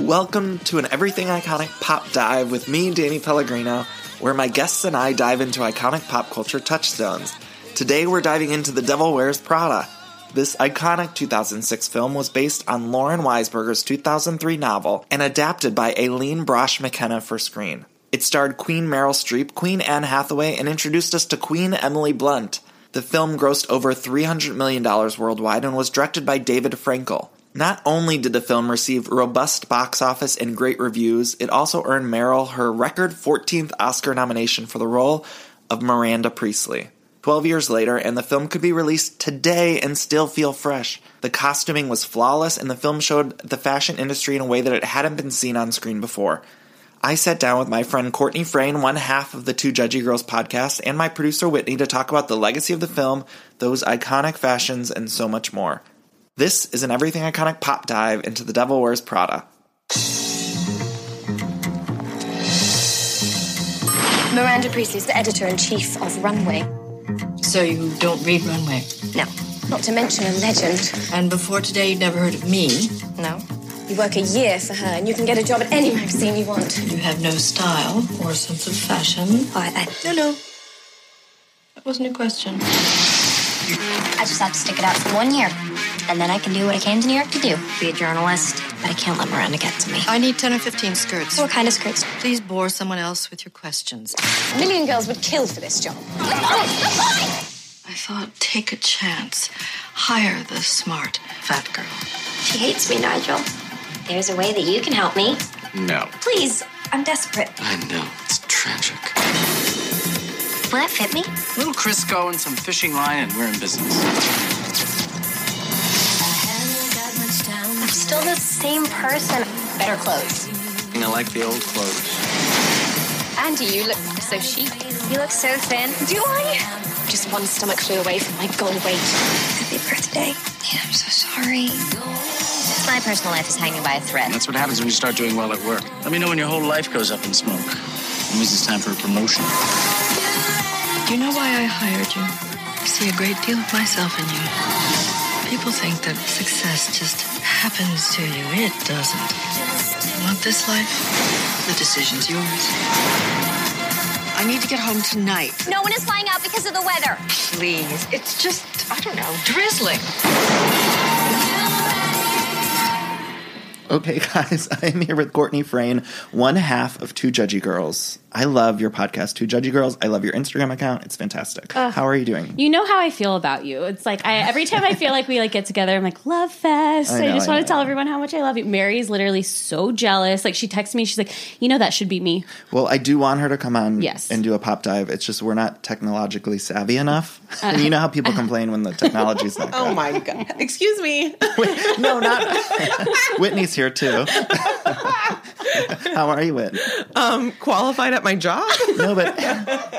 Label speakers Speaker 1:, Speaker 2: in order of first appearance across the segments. Speaker 1: Welcome to an Everything Iconic Pop Dive with me, Danny Pellegrino, where my guests and I dive into iconic pop culture touchstones. Today we're diving into The Devil Wears Prada. This iconic 2006 film was based on Lauren Weisberger's 2003 novel and adapted by Aileen Brosh McKenna for screen. It starred Queen Meryl Streep, Queen Anne Hathaway, and introduced us to Queen Emily Blunt. The film grossed over $300 million worldwide and was directed by David Frankel. Not only did the film receive robust box office and great reviews, it also earned Meryl her record 14th Oscar nomination for the role of Miranda Priestley. 12 years later, and the film could be released today and still feel fresh. The costuming was flawless, and the film showed the fashion industry in a way that it hadn't been seen on screen before. I sat down with my friend Courtney Frayne, one half of the Two Judgy Girls podcast, and my producer Whitney to talk about the legacy of the film, those iconic fashions, and so much more. This is an everything iconic pop dive into the Devil Wears Prada.
Speaker 2: Miranda Priestley's the editor in chief of Runway.
Speaker 3: So you don't read Runway?
Speaker 2: No. Not to mention a legend.
Speaker 3: And before today, you'd never heard of me?
Speaker 2: No. You work a year for her and you can get a job at any magazine you want.
Speaker 3: You have no style or sense of fashion.
Speaker 2: I, I,
Speaker 3: No, no. That wasn't a question.
Speaker 4: I just have to stick it out for one year. And then I can do what I came to New York to do be a journalist. But I can't let Miranda get to me.
Speaker 3: I need 10 or 15 skirts.
Speaker 4: What kind of skirts?
Speaker 3: Please bore someone else with your questions.
Speaker 2: a million girls would kill for this job.
Speaker 3: I thought, take a chance. Hire the smart fat girl.
Speaker 4: She hates me, Nigel. There's a way that you can help me.
Speaker 5: No.
Speaker 4: Please, I'm desperate.
Speaker 5: I know. It's tragic.
Speaker 4: Will that fit me?
Speaker 5: Little Crisco and some fishing line, and we're in business.
Speaker 4: I'm still the same person. Better clothes.
Speaker 5: You know, like the old clothes.
Speaker 2: Andy, you look so chic.
Speaker 4: You look so thin.
Speaker 2: Do I? Just one stomach flew away from my goal weight.
Speaker 4: Happy birthday. Yeah, I'm so sorry. My personal life is hanging by a thread.
Speaker 5: That's what happens when you start doing well at work. Let me know when your whole life goes up in smoke. That means it's time for a promotion.
Speaker 3: Do you know why I hired you? I see a great deal of myself in you. People think that success just happens to you. It doesn't. You want this life? The decision's yours. I need to get home tonight.
Speaker 4: No one is flying out because of the weather.
Speaker 3: Please. It's just, I don't know, drizzling.
Speaker 1: Okay, guys, I am here with Courtney Frayne, one half of Two Judgy Girls. I love your podcast, Two Judgy Girls. I love your Instagram account. It's fantastic. How are you doing?
Speaker 6: You know how I feel about you. It's like I, every time I feel like we like get together, I'm like love fest.
Speaker 1: I
Speaker 6: I,
Speaker 1: know,
Speaker 6: just
Speaker 1: I
Speaker 6: want
Speaker 1: know.
Speaker 6: to tell everyone how much I love you. Mary's literally so jealous. Like she texts me, she's like, you know that should be me.
Speaker 1: Well, I do want her to come on
Speaker 6: Yes.
Speaker 1: and do a pop dive. It's just we're not technologically savvy enough.
Speaker 6: Uh-huh.
Speaker 1: and you know how people complain when the technology's not
Speaker 7: Oh
Speaker 1: good.
Speaker 7: my god. Excuse me.
Speaker 1: No, not Whitney's here too. How are you, Whit?
Speaker 7: Um, Qualified at my job?
Speaker 1: No, but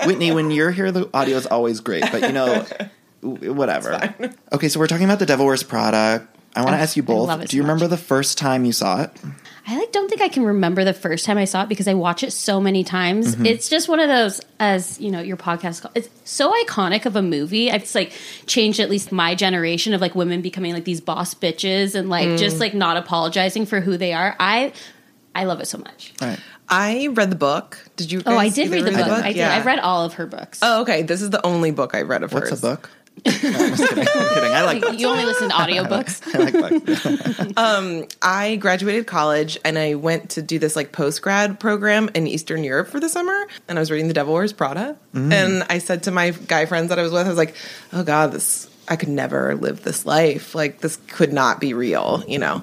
Speaker 1: Whitney, when you're here, the audio is always great. But you know, w- whatever. Okay, so we're talking about the Devil Wears Prada. I want to ask you both.
Speaker 6: Oh, love it
Speaker 1: Do you
Speaker 6: so
Speaker 1: remember the first time you saw it?
Speaker 6: I like don't think I can remember the first time I saw it because I watch it so many times.
Speaker 1: Mm-hmm.
Speaker 6: It's just one of those as you know your podcast. call- It's so iconic of a movie. It's like changed at least my generation of like women becoming like these boss bitches and
Speaker 1: Mm.
Speaker 6: like just like not apologizing for who they are. I I love it so much.
Speaker 1: All right.
Speaker 7: I read the book. Did you?
Speaker 6: Oh, I
Speaker 7: guys
Speaker 6: did
Speaker 7: either
Speaker 6: read the book. I did.
Speaker 7: Yeah.
Speaker 6: I've read all of her books.
Speaker 7: Oh, okay. This is the only book I read of
Speaker 1: What's a
Speaker 7: hers.
Speaker 1: book? No, I'm just kidding. I'm kidding. I like books.
Speaker 6: you only listen to audiobooks.
Speaker 1: I like books.
Speaker 7: I graduated college and I went to do this like post grad program in Eastern Europe for the summer. And I was reading The Devil Wears Prada.
Speaker 1: Mm.
Speaker 7: And I said to my guy friends that I was with, I was like, oh God, this, I could never live this life. Like, this could not be real, you know?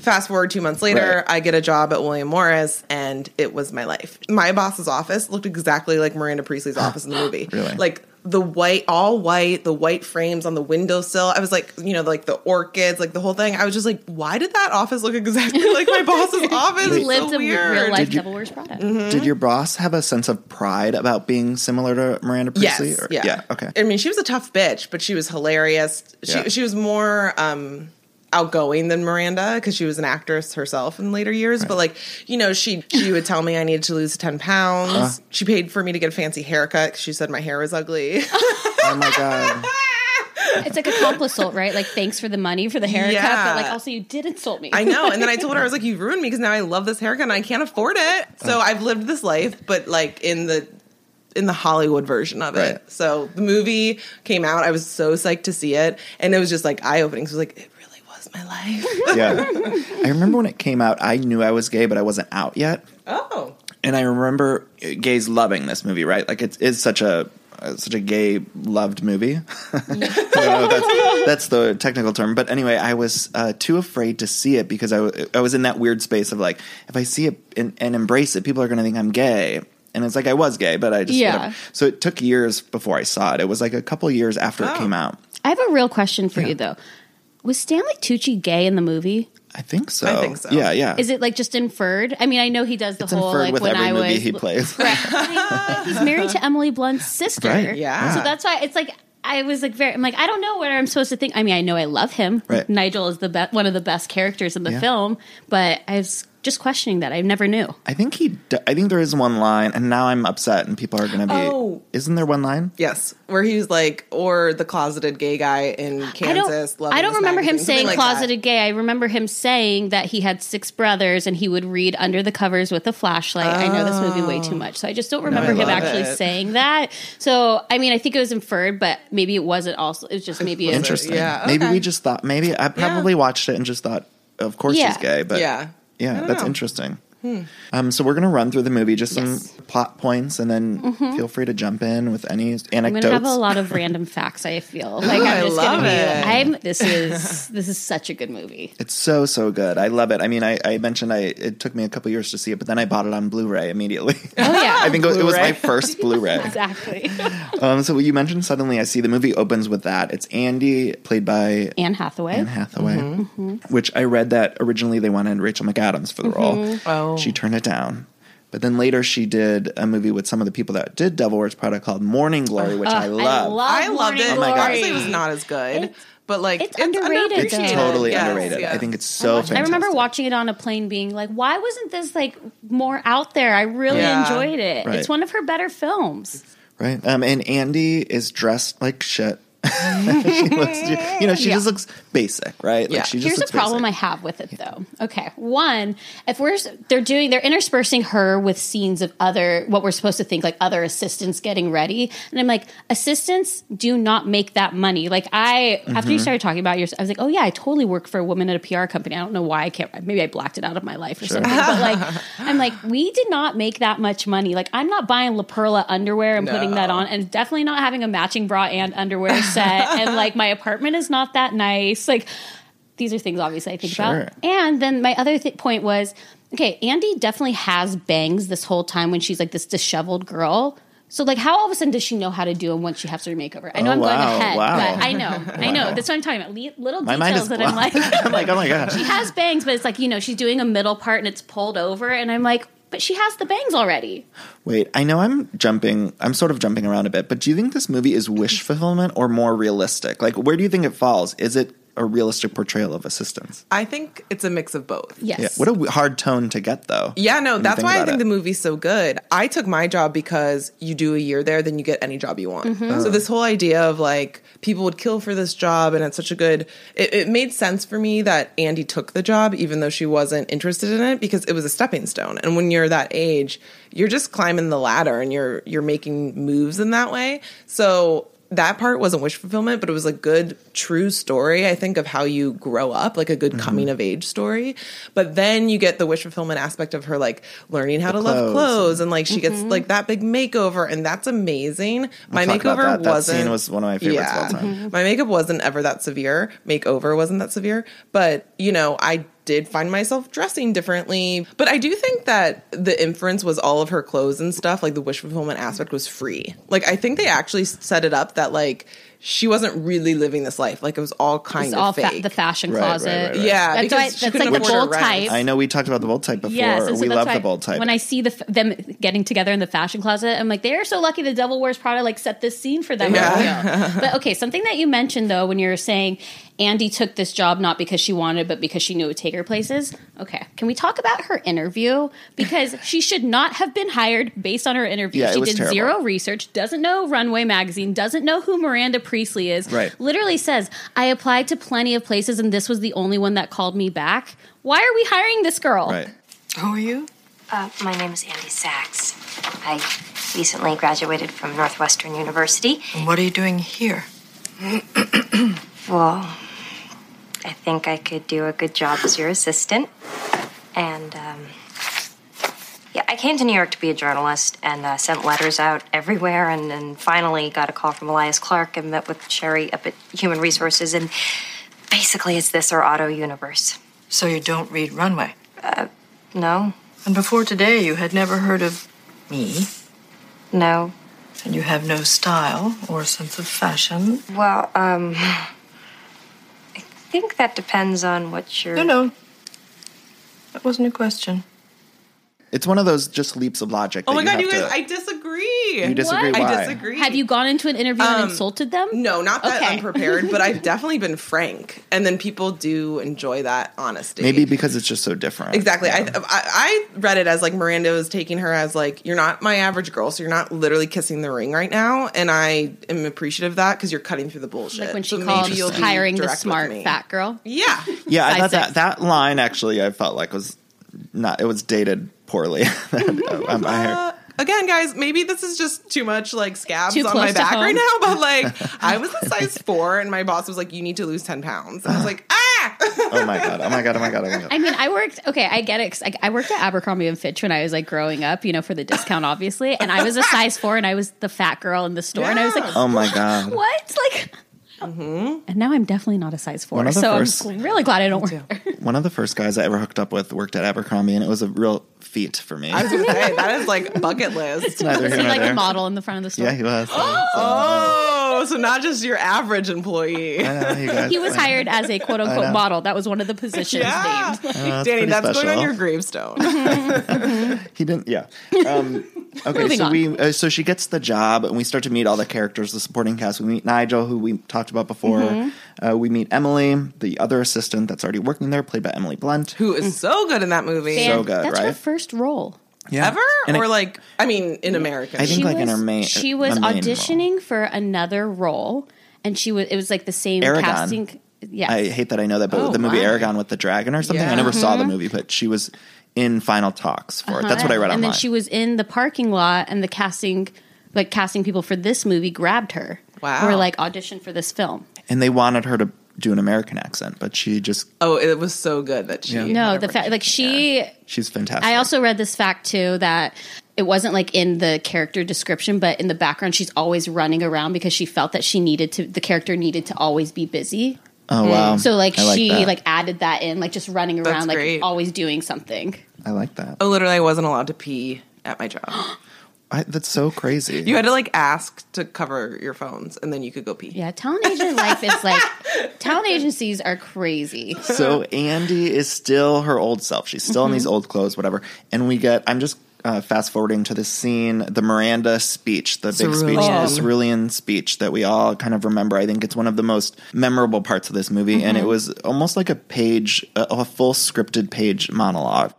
Speaker 7: Fast forward two months later,
Speaker 1: Right.
Speaker 7: I get a job at William Morris, and it was my life. My boss's office looked exactly like Miranda Priestley's office in the movie.
Speaker 1: Really?
Speaker 7: Like the white, all white, the white frames on the windowsill. I was like, you know, like the orchids, like the whole thing. I was just like, why did that office look exactly like my boss's office?
Speaker 6: He
Speaker 7: It's
Speaker 6: lived
Speaker 7: so
Speaker 6: a
Speaker 7: weird.
Speaker 6: real life
Speaker 1: Did you-
Speaker 6: Devil Wears Prada.
Speaker 7: Mm-hmm.
Speaker 1: Did your boss have a sense of pride about being similar to Miranda
Speaker 7: Yes.
Speaker 1: Priestley? Or-
Speaker 7: yeah.
Speaker 1: Okay.
Speaker 7: I mean, she was a tough bitch, but she was hilarious. She
Speaker 1: Yeah.
Speaker 7: she was more um outgoing than Miranda because she was an actress herself in later years. But like, you know, she she would tell me I needed to lose ten pounds.
Speaker 1: Uh-huh.
Speaker 7: She paid for me to get a fancy haircut 'cause she said my hair was ugly.
Speaker 1: oh my god.
Speaker 6: It's like a complisult, right? Like thanks for the money for the haircut,
Speaker 7: Yeah.
Speaker 6: but like also you did insult me.
Speaker 7: I know. And then I told her I was like, you ruined me because now I love this haircut and I can't afford it. So
Speaker 6: Oh.
Speaker 7: I've lived this life, but like in the in the Hollywood version of
Speaker 1: Right.
Speaker 7: it. So the movie came out. I was so psyched to see it, and it was just like eye opening. So it was like it really was my life.
Speaker 1: Yeah. I remember when it came out, I knew I was gay, but I wasn't out yet.
Speaker 7: Oh,
Speaker 1: and I remember gays loving this movie, right? Like it is such a uh, such a gay loved movie. I don't know if that's, that's the technical term, but anyway, I was uh, too afraid to see it because I, w- I was in that weird space of like, if I see it and, and embrace it, people are going to think I'm gay, and it's like I was gay, but I just
Speaker 6: Yeah.
Speaker 1: whatever. So it took years before I saw it. It was like a couple years after
Speaker 7: Oh.
Speaker 1: it came out.
Speaker 6: I have a real question for you though. Was Stanley Tucci gay in the movie?
Speaker 1: I think so.
Speaker 7: I think so.
Speaker 1: Yeah, yeah.
Speaker 6: Is it like just inferred? I mean, I know he does the
Speaker 1: it's
Speaker 6: whole
Speaker 1: inferred
Speaker 6: like
Speaker 1: with
Speaker 6: when
Speaker 1: every
Speaker 6: I
Speaker 1: movie
Speaker 6: was
Speaker 1: he plays?
Speaker 6: Right. He's married to Emily Blunt's sister.
Speaker 1: Right.
Speaker 7: Yeah.
Speaker 6: So that's why it's like I was like very I'm like I don't know what I'm supposed to think. I mean, I know I love him.
Speaker 1: Right.
Speaker 6: Nigel is the be- one of the best characters in the
Speaker 1: Yeah.
Speaker 6: film, but I was just questioning that. I never knew.
Speaker 1: I think he. d- I think there is one line, and now I'm upset, and people are going to be.
Speaker 7: Oh.
Speaker 1: Isn't there one line?
Speaker 7: yes, where he was like, or the closeted gay guy in Kansas.
Speaker 6: I don't,
Speaker 7: loving
Speaker 6: I don't
Speaker 7: this
Speaker 6: remember him
Speaker 7: magazine, something
Speaker 6: saying
Speaker 7: like that.
Speaker 6: closeted gay. I remember him saying that he had six brothers and he would read under the covers with a flashlight. I know this movie way too much. So I just don't remember him
Speaker 7: Oh. love
Speaker 6: actually
Speaker 7: it.
Speaker 6: saying that. So, I mean, I think it was inferred, but maybe it wasn't also, it was just maybe a,
Speaker 1: Interesting.
Speaker 7: Yeah,
Speaker 1: Maybe
Speaker 7: okay.
Speaker 1: we just thought. Maybe I probably watched it and just thought, of course
Speaker 6: Yeah.
Speaker 1: he's gay. But
Speaker 7: Yeah. I
Speaker 1: yeah,
Speaker 7: don't
Speaker 1: that's
Speaker 7: know.
Speaker 1: interesting. Um, so we're gonna run through the movie, just
Speaker 6: Hmm. Yes. Mm-hmm.
Speaker 1: some plot points, and then feel free to jump in with any
Speaker 6: I'm gonna have
Speaker 1: anecdotes.
Speaker 6: a lot of random facts. I feel like
Speaker 7: I
Speaker 6: I'm just
Speaker 7: love
Speaker 6: gonna be.
Speaker 7: it.
Speaker 6: I'm. This is this is such a good movie.
Speaker 1: it's so so good. I love it. I mean, I, I mentioned I it took me a couple years to see it, but then I bought it on Blu-ray immediately.
Speaker 6: Oh yeah,
Speaker 1: I think it was- it was my
Speaker 7: Blu-ray.
Speaker 1: first Blu-ray.
Speaker 6: exactly.
Speaker 1: um, so you mentioned suddenly I see the movie opens with that. It's Andy played by
Speaker 6: Anne Hathaway.
Speaker 1: Anne Hathaway,
Speaker 6: Mm-hmm,
Speaker 1: which I read that originally they wanted Rachel McAdams for the role.
Speaker 6: Mm-hmm.
Speaker 7: Oh.
Speaker 1: She turned it down. But then later she did a movie with some of the people that did Devil Wears Prada called Morning Glory, which
Speaker 6: Uh,
Speaker 1: I love.
Speaker 7: I loved it.
Speaker 6: Morning
Speaker 1: Oh my God.
Speaker 6: Glory.
Speaker 7: Obviously, it was not as good,
Speaker 6: It's-
Speaker 7: but like
Speaker 6: it's underrated,
Speaker 1: it's
Speaker 6: though.
Speaker 1: totally
Speaker 7: Yes,
Speaker 1: underrated.
Speaker 7: yes.
Speaker 1: I think it's so
Speaker 6: I
Speaker 1: fantastic.
Speaker 6: remember watching it on a plane, being like, "Why wasn't this like more out there?" I really
Speaker 7: Yeah.
Speaker 6: enjoyed it.
Speaker 1: Right.
Speaker 6: It's one of her better films.
Speaker 1: Right. Um, and Andy is dressed like shit. she looks, you know, she just looks basic, right?
Speaker 7: Yeah.
Speaker 1: Like she just
Speaker 6: Here's a
Speaker 1: looks
Speaker 6: problem
Speaker 1: basic.
Speaker 6: I have with it, though. Okay, one, if we're s- they're doing they're interspersing her with scenes of other what we're supposed to think like other assistants getting ready, and I'm like, assistants do not make that money. Like I, after you
Speaker 1: Mm-hmm.
Speaker 6: started talking about yours, I was like, oh yeah, I totally work for a woman at a PR company. I don't know why I can't. Maybe I blacked it out of my life or something. But like, I'm like, we did not make that much money. Like I'm not buying La Perla underwear and putting that on, and definitely not having a matching bra and underwear set. and like my apartment is not that nice. Like these are things obviously I think
Speaker 1: Sure.
Speaker 6: about. And then my other th- point was okay, Andy definitely has bangs this whole time when she's like this disheveled girl. So like, how all of a sudden does she know how to do them once she has her makeover? I know
Speaker 1: Oh,
Speaker 6: I'm
Speaker 1: wow,
Speaker 6: going ahead,
Speaker 1: wow.
Speaker 6: but I know, I
Speaker 1: Wow.
Speaker 6: know. That's what I'm talking about. Le- little
Speaker 1: My mind is
Speaker 6: details that I'm
Speaker 1: blown.
Speaker 6: like,
Speaker 1: I'm like, oh my god.
Speaker 6: she has bangs, but it's like you know she's doing a middle part and it's pulled over, and I'm like, but she has the bangs already.
Speaker 1: Wait, I know I'm jumping. I'm sort of jumping around a bit, but do you think this movie is wish fulfillment or more realistic? Like, where do you think it falls? Is it a realistic portrayal of assistance?
Speaker 7: I think it's a mix of both.
Speaker 6: Yes.
Speaker 1: Yeah. What a w- hard tone to get, though.
Speaker 7: Yeah, no,
Speaker 1: when you
Speaker 7: that's why I
Speaker 1: about
Speaker 7: think
Speaker 1: it.
Speaker 7: the movie's so good. I took my job because you do a year there, then you get any job you want. So this whole idea of like people would kill for this job, and it's such a good. It, it made sense for me that Andy took the job, even though she wasn't interested in it, because it was a stepping stone. And when you're that age, you're just climbing the ladder, and you're you're making moves in that way. So. That part wasn't wish fulfillment, but it was a good, true story, I think, of how you grow up, like a good coming of age story. But then you get the wish fulfillment aspect of her, like learning how to love
Speaker 1: clothes. Mm-hmm.
Speaker 7: clothes and like she gets like that big makeover and that's amazing. My
Speaker 1: talk about
Speaker 7: makeover
Speaker 1: that. That
Speaker 7: wasn't Mm-hmm.
Speaker 1: scene was one of my favorites of all time.
Speaker 7: My makeup wasn't ever that severe. Makeover wasn't that severe, but you know, I did find myself dressing differently. But I do think that the inference was all of her clothes and stuff, like the wish fulfillment aspect was free. Like I think they actually set it up that like she wasn't really living this life. Like it was all kind
Speaker 6: It's
Speaker 7: of
Speaker 6: all
Speaker 7: fake.
Speaker 6: fa- the fashion
Speaker 1: Right, right,
Speaker 6: closet.
Speaker 1: right, right.
Speaker 7: Yeah,
Speaker 6: that's why
Speaker 7: because she
Speaker 6: that's
Speaker 7: couldn't
Speaker 6: like the
Speaker 7: afford her
Speaker 6: bold
Speaker 7: rent.
Speaker 6: type.
Speaker 1: I know we talked about the bold type before.
Speaker 6: Yes, and so
Speaker 1: we
Speaker 6: that's
Speaker 1: love
Speaker 6: why
Speaker 1: the bold type.
Speaker 6: When I see the f- them getting together in the fashion closet, I'm like, they are so lucky. The Devil Wears Prada like set this scene for them.
Speaker 7: Yeah.
Speaker 6: but okay, something that you mentioned though, when you were saying Andy took this job not because she wanted, but because she knew it would take her places. Okay, can we talk about her interview? Because she should not have been hired based on her interview.
Speaker 1: Yeah, it
Speaker 6: she
Speaker 1: was
Speaker 6: did
Speaker 1: terrible.
Speaker 6: zero research, doesn't know Runway magazine, doesn't know who Miranda Priestley is.
Speaker 1: Right.
Speaker 6: Literally says, I applied to plenty of places and this was the only one that called me back. Why are we hiring this girl?
Speaker 1: right.
Speaker 8: Who are you?
Speaker 4: Uh, my name is Andy Sachs. I recently graduated from Northwestern University.
Speaker 8: And what are you doing here?
Speaker 4: Well, I think I could do a good job as your assistant. And, um, yeah, I came to New York to be a journalist and uh, sent letters out everywhere and then finally got a call from Elias Clark and met with Sherry up at Human Resources. And basically, it's this or Auto Universe.
Speaker 8: So you don't read Runway.
Speaker 4: No,
Speaker 8: And before today, you had never heard of me,
Speaker 4: no.
Speaker 8: and you have no style or sense of fashion.
Speaker 4: Well, um, I think that depends on what you're.
Speaker 8: No, no. That wasn't a question.
Speaker 1: It's one of those just leaps of logic.
Speaker 7: Oh
Speaker 1: that
Speaker 7: my god,
Speaker 1: have
Speaker 7: you guys!
Speaker 1: to-
Speaker 7: I disagree.
Speaker 1: you disagree.
Speaker 6: What?
Speaker 1: Why?
Speaker 7: I disagree.
Speaker 6: Have you gone into an interview and insulted them?
Speaker 7: Um, No, not that
Speaker 6: Okay.
Speaker 7: unprepared, but I've definitely been frank, and then people do enjoy that honesty.
Speaker 1: Maybe because it's just so different.
Speaker 7: Exactly. I, I I read it as like Miranda was taking her as like you're not my average girl, so you're not literally kissing the ring right now, and I am appreciative of that because you're cutting through the bullshit.
Speaker 6: Like when she
Speaker 7: So maybe
Speaker 6: called
Speaker 7: you'll be
Speaker 6: hiring the
Speaker 7: direct with
Speaker 6: smart
Speaker 7: me.
Speaker 6: fat girl.
Speaker 7: Yeah,
Speaker 1: Yeah, I
Speaker 6: Five,
Speaker 1: thought
Speaker 6: six.
Speaker 1: that that line actually I felt like was not it was dated poorly.
Speaker 7: Oh
Speaker 1: Um, I heard-
Speaker 7: Uh, again, guys, maybe this is just too much like scabs
Speaker 6: Too
Speaker 7: on
Speaker 6: close
Speaker 7: my
Speaker 6: to
Speaker 7: back
Speaker 6: home.
Speaker 7: right now, but like I was a size four, and my boss was like, "You need to lose ten pounds," and I was like, "Ah."
Speaker 1: oh my god! Oh my god! Oh my god! Oh my god!
Speaker 6: I mean, I worked. Okay, I get it. 'cause I, I worked at Abercrombie and Fitch when I was like growing up, you know, for the discount, obviously. And I was a size four, and I was the fat girl in the store, and I was like,
Speaker 1: Oh my god!
Speaker 6: what? Like,
Speaker 7: Mm-hmm.
Speaker 6: and now I'm definitely not a size four,
Speaker 1: One of the
Speaker 6: so
Speaker 1: first-
Speaker 6: I'm really glad I don't work. there.
Speaker 1: One of the first guys I ever hooked up with worked at Abercrombie, and it was a real feat for me.
Speaker 7: I was gonna say that is like bucket list.
Speaker 1: Neither
Speaker 6: Was
Speaker 1: here
Speaker 6: he
Speaker 1: nor
Speaker 6: like a
Speaker 1: there.
Speaker 6: model in the front of the store?
Speaker 1: Yeah, he was.
Speaker 7: Oh, so not just your average employee.
Speaker 1: I know, you guys-
Speaker 6: He was hired as a quote unquote model. That was one of the positions
Speaker 7: Yeah.
Speaker 6: named.
Speaker 7: Danny,
Speaker 1: Oh, pretty
Speaker 7: that's going on
Speaker 1: special.
Speaker 7: your gravestone.
Speaker 1: He didn't. Yeah. Um, okay.
Speaker 6: Moving
Speaker 1: so
Speaker 6: on.
Speaker 1: we. Uh, so she gets the job, and we start to meet all the characters, the supporting cast. We meet Nigel, who we talked about before.
Speaker 6: Mm-hmm.
Speaker 1: Uh, we meet Emily, the other assistant that's already working there, played by Emily Blunt.
Speaker 7: Who is so good in that movie.
Speaker 1: So
Speaker 6: And
Speaker 1: good,
Speaker 6: That's her
Speaker 1: right?
Speaker 6: first role.
Speaker 1: Yeah.
Speaker 7: Ever?
Speaker 1: And
Speaker 7: or
Speaker 1: it-
Speaker 7: like, I mean, in America.
Speaker 1: I think
Speaker 6: she
Speaker 1: like
Speaker 6: was,
Speaker 1: in her main.
Speaker 6: she was
Speaker 1: the main role.
Speaker 6: auditioning for another role and she was it was like the same
Speaker 1: Aragon.
Speaker 6: casting yeah
Speaker 1: I hate that I know that, but
Speaker 7: Oh,
Speaker 1: the movie
Speaker 7: wow.
Speaker 1: Aragon with the dragon or something.
Speaker 7: Yeah.
Speaker 1: I never saw
Speaker 6: Mm-hmm.
Speaker 1: the movie, but she was in final talks for it. That's what I read
Speaker 6: Uh-huh. and
Speaker 1: online.
Speaker 6: then she was in the parking lot and the casting like casting people for this movie grabbed her
Speaker 7: Wow.
Speaker 6: or like audition for this film
Speaker 1: and they wanted her to do an American accent, but she just
Speaker 7: oh, it was so good that she.
Speaker 6: no the fact like she
Speaker 1: she's fantastic.
Speaker 6: i also read this fact too that it wasn't like in the character description but in the background she's always running around because she felt that she needed to the character needed to always be busy
Speaker 1: oh wow.
Speaker 6: So like
Speaker 1: I
Speaker 6: she
Speaker 1: that.
Speaker 6: like added that in, like just running around,
Speaker 7: That's
Speaker 6: like
Speaker 7: great.
Speaker 6: always doing something.
Speaker 1: I like that.
Speaker 7: Oh, literally, I wasn't allowed to pee at my job.
Speaker 1: I, that's so crazy.
Speaker 7: You had to like ask to cover your phones and then you could go pee.
Speaker 6: Yeah, talent agent life is like talent agencies are crazy.
Speaker 1: so Andy is still her old self. She's still in
Speaker 7: Mm-hmm.
Speaker 1: these old clothes, whatever. And we get. I'm just. Uh, fast forwarding to the scene, the Miranda speech, the big speech,
Speaker 7: Cerulean.
Speaker 1: the Cerulean speech that we all kind of remember. I think it's one of the most memorable parts of this
Speaker 7: Mm-hmm.
Speaker 1: movie, and it was almost like a page, a, a full scripted page monologue.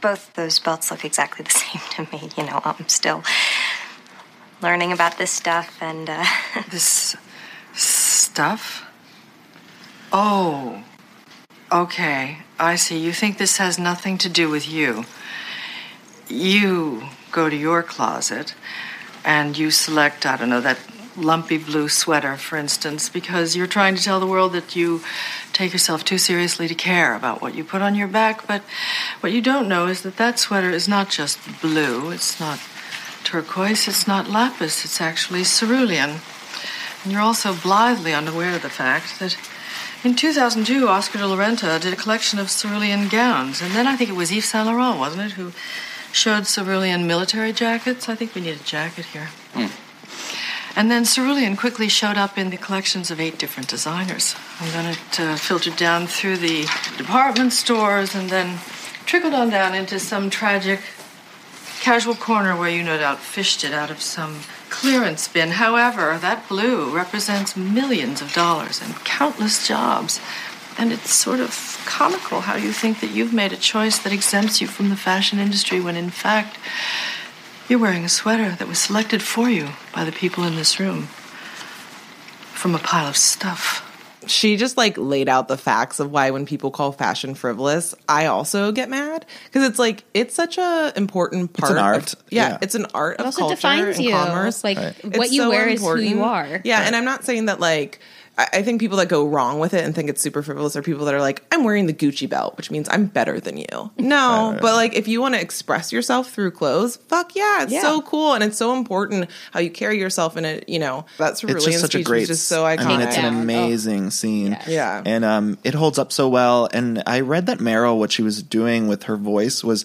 Speaker 4: both those belts look exactly the same to me. You know, I'm still learning about this stuff, and uh,
Speaker 3: This stuff? Oh. Okay, I see. You think this has nothing to do with you. You go to your closet and you select, I don't know, that lumpy blue sweater, for instance, because you're trying to tell the world that you take yourself too seriously to care about what you put on your back. But what you don't know is that that sweater is not just blue, it's not turquoise, it's not lapis, it's actually cerulean. And you're also blithely unaware of the fact that In 2002, Oscar de la Renta did a collection of cerulean gowns, and then I think it was Yves Saint Laurent, wasn't it, who showed cerulean military jackets. I think we need a jacket here. And then cerulean quickly showed up in the collections of eight different designers. And then it uh, filtered down through the department stores and then trickled on down into some tragic casual corner where you no doubt fished it out of some clearance bin. However, that blue represents millions of dollars and countless jobs. And it's sort of comical how you think that you've made a choice that exempts you from the fashion industry when in fact you're wearing a sweater that was selected for you by the people in this room from a pile of stuff.
Speaker 7: she just like laid out the facts of why when people call fashion frivolous, I also get mad because it's like it's such a important part.
Speaker 1: an
Speaker 7: of-
Speaker 1: art.
Speaker 7: yeah,
Speaker 1: Yeah.
Speaker 7: it's an art of
Speaker 6: also
Speaker 7: culture
Speaker 6: defines
Speaker 7: and
Speaker 6: you.
Speaker 7: commerce.
Speaker 6: Like, Right. what you wear is who you are.
Speaker 7: Yeah, and I'm not saying that like. I I think people that go wrong with it and think it's super frivolous are people that are like, I'm wearing the Gucci belt, which means I'm better than you. No, but like if you want to express yourself through clothes, fuck yeah, it's
Speaker 6: Yeah.
Speaker 7: so cool and it's so important how you carry yourself in it. You know, that's
Speaker 1: it's
Speaker 7: really
Speaker 1: just such a
Speaker 7: great,
Speaker 1: great
Speaker 7: just so
Speaker 1: I
Speaker 7: iconic.
Speaker 1: mean, it's
Speaker 6: Takedown.
Speaker 1: an
Speaker 6: Oh.
Speaker 1: amazing scene.
Speaker 7: Yeah.
Speaker 1: And um it holds up so well and I read that Meryl what she was doing with her voice was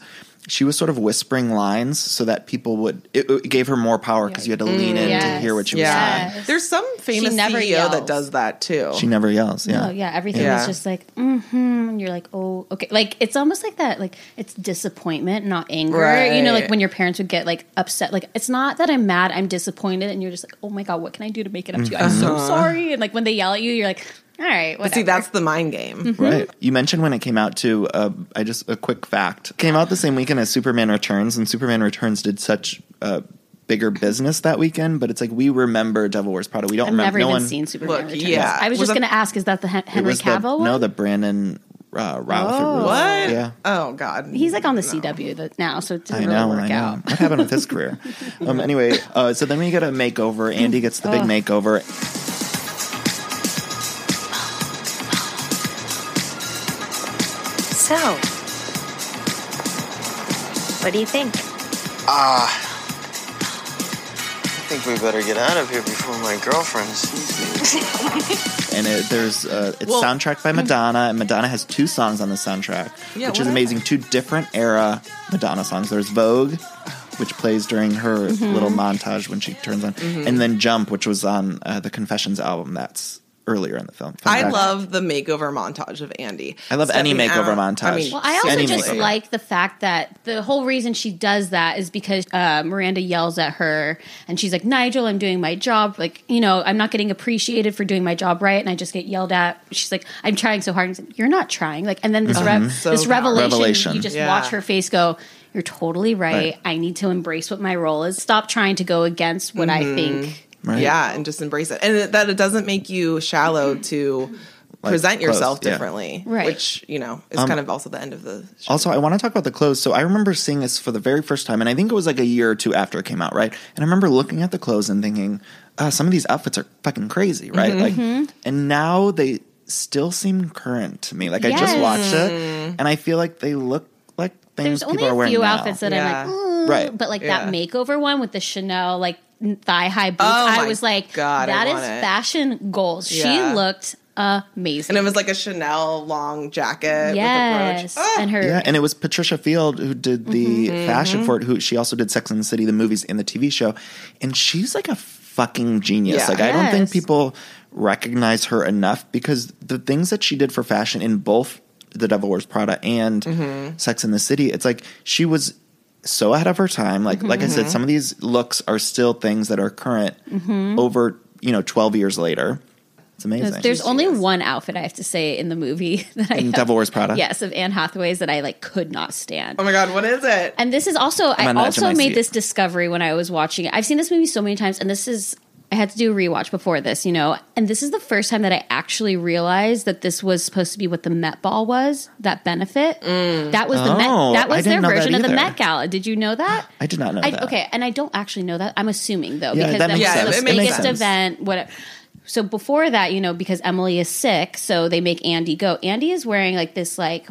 Speaker 1: she was sort of whispering lines so that people would it, it gave her more power cuz you had to lean in to
Speaker 6: Mm, Yes.
Speaker 1: hear what she was saying.
Speaker 7: Yeah.
Speaker 6: Yes.
Speaker 7: There's some famous
Speaker 6: never
Speaker 7: CEO that
Speaker 6: yells.
Speaker 7: does that too.
Speaker 1: She never yells. Yeah.
Speaker 6: Oh yeah, everything
Speaker 7: Yeah.
Speaker 6: is just like mm-hmm. And you're like, oh, okay. Like it's almost like that. Like it's disappointment, not anger. You know,
Speaker 7: Right.
Speaker 6: like when your parents would get like upset. Like it's not that I'm mad. I'm disappointed, and you're just like, oh my god, what can I do to make it up to you? I'm so sorry. And like when they yell at you, you're like, all right, whatever.
Speaker 7: Mm-hmm. Uh-huh. See, that's the mind game.
Speaker 6: Mm-hmm.
Speaker 1: Right. You mentioned when it came out too. Uh, I just a quick fact It came out the same weekend as Superman Returns, and Superman Returns did such uh, bigger business that weekend. But it's like we remember Devil Wears Prada. We don't
Speaker 6: I've
Speaker 1: remember.
Speaker 6: never
Speaker 1: no
Speaker 6: even
Speaker 1: one,
Speaker 6: seen Superman
Speaker 7: Look,
Speaker 6: Returns.
Speaker 7: yeah.
Speaker 6: I was,
Speaker 7: Was
Speaker 6: just
Speaker 7: that-
Speaker 6: gonna ask, is that the Hen- Henry
Speaker 1: the,
Speaker 6: Cavill one?
Speaker 1: No, the Brandon uh, Ralph.
Speaker 7: What?
Speaker 1: Yeah.
Speaker 7: Oh God.
Speaker 6: Mm-hmm. He's like on the CW that now, so it
Speaker 1: I
Speaker 6: didn't
Speaker 1: know,
Speaker 6: really work
Speaker 1: I know.
Speaker 6: out.
Speaker 1: What happened with his career? Um, anyway, uh, so then we get a makeover. Andy gets the big makeover.
Speaker 4: So, what do you think?
Speaker 5: I think we better get out of here before my girlfriend sees me.
Speaker 1: and it, there's uh, it's
Speaker 7: Well-
Speaker 1: soundtrack by Madonna, and Madonna has two songs on the soundtrack,
Speaker 7: Yeah,
Speaker 1: which
Speaker 7: what
Speaker 1: is
Speaker 7: I-
Speaker 1: amazing. Two different era Madonna songs. There's Vogue, which plays during her
Speaker 7: Mm-hmm.
Speaker 1: little montage when she turns on, and then Jump, which was on uh, the Confessions album. That's earlier in the film. Fun
Speaker 7: I
Speaker 1: fact.
Speaker 7: love the makeover montage of Andy.
Speaker 1: I love any
Speaker 7: Stepping
Speaker 1: makeover
Speaker 7: out.
Speaker 1: montage.
Speaker 6: Well, I also
Speaker 1: Any
Speaker 6: just
Speaker 1: makeover.
Speaker 6: like the fact that the whole reason she does that is because uh, Miranda yells at her and she's like, Nigel, I'm doing my job. Like, you know, I'm not getting appreciated for doing my job right. And I just get yelled at. She's like, I'm trying so hard. And he's like, You're not trying. Like, and then this, rev- this
Speaker 7: So
Speaker 6: revelation,
Speaker 1: Mm-hmm. Revelation.
Speaker 6: you just
Speaker 7: Yeah.
Speaker 6: watch her face go, You're totally right.
Speaker 1: Right.
Speaker 6: I need to embrace what my role is. Stop trying to go against what
Speaker 7: Mm-hmm.
Speaker 6: I think.
Speaker 1: Right.
Speaker 7: Yeah, and just embrace it, and that it doesn't make you shallow to present
Speaker 1: close,
Speaker 7: yourself
Speaker 1: yeah. Um,
Speaker 7: differently,
Speaker 6: Right.
Speaker 7: Which you know is kind of also the end of the. show.
Speaker 1: Also, I want to talk about the clothes. So I remember seeing this for the very first time, and I think it was like a year or two after it came out, right? And I remember looking at the clothes and thinking, uh, some of these outfits are fucking crazy, right? Like, and now they still seem current to me. Like I just
Speaker 6: Yes.
Speaker 1: watched it, and I feel like they look like things
Speaker 6: There's only
Speaker 1: people are
Speaker 6: a
Speaker 1: wearing
Speaker 6: few
Speaker 1: now.
Speaker 6: outfits that
Speaker 7: Yeah.
Speaker 6: I'm like, "Mm,"
Speaker 1: Right.
Speaker 6: But like
Speaker 7: Yeah.
Speaker 6: that makeover one with the Chanel like thigh high boots,
Speaker 7: Oh my
Speaker 6: I was like,
Speaker 7: God, I
Speaker 6: that is
Speaker 7: want it."
Speaker 6: fashion goals.
Speaker 7: Yeah.
Speaker 6: She looked amazing.
Speaker 7: and it was like a Chanel long jacket.
Speaker 6: yes,
Speaker 7: with a brooch. Ah!
Speaker 6: and her
Speaker 1: Yeah, and it was Patricia Field who did the
Speaker 6: Mm-hmm.
Speaker 1: fashion for it. Who she also did Sex and the City, the movies, and the TV show, and she's like a fucking genius.
Speaker 7: Yeah.
Speaker 1: Like I don't think
Speaker 6: Yes.
Speaker 1: people recognize her enough because the things that she did for fashion in both The Devil Wears Prada and
Speaker 6: Mm-hmm.
Speaker 1: Sex and the City, it's like she was so ahead of her time. Like like I
Speaker 6: Mm-hmm.
Speaker 1: said, some of these looks are still things that are current over you know twelve years later. It's amazing.
Speaker 6: Mm-hmm. There's only one outfit I have to say in the movie that I
Speaker 1: In Devil Wears Prada?
Speaker 6: Yes, of Anne Hathaway's that I like could not stand.
Speaker 7: Oh my God, what is it?
Speaker 6: And this is also
Speaker 1: on the
Speaker 6: I
Speaker 1: edge of my
Speaker 6: also made
Speaker 1: seat.
Speaker 6: this discovery when I was watching it. I've seen this movie so many times, and this is I had to do a rewatch before this, you know. And this is the first time that I actually realized that this was supposed to be what the Met Ball was, that benefit. That was the
Speaker 1: Oh,
Speaker 6: Met that
Speaker 1: I
Speaker 6: was
Speaker 1: didn't
Speaker 6: their
Speaker 1: know that
Speaker 6: version of the
Speaker 1: either.
Speaker 6: Met Gala. Did you know that?
Speaker 1: I did not know
Speaker 6: I-
Speaker 1: that.
Speaker 6: Okay, and I don't actually know that. I'm assuming though
Speaker 1: Yeah,
Speaker 6: because
Speaker 1: that
Speaker 6: that,
Speaker 1: makes
Speaker 7: sense.
Speaker 6: was
Speaker 7: It
Speaker 6: the
Speaker 7: makes
Speaker 6: biggest
Speaker 1: sense.
Speaker 6: event. What? So before that, you know, because Emily is sick, so they make Andy go. Andy is wearing like this like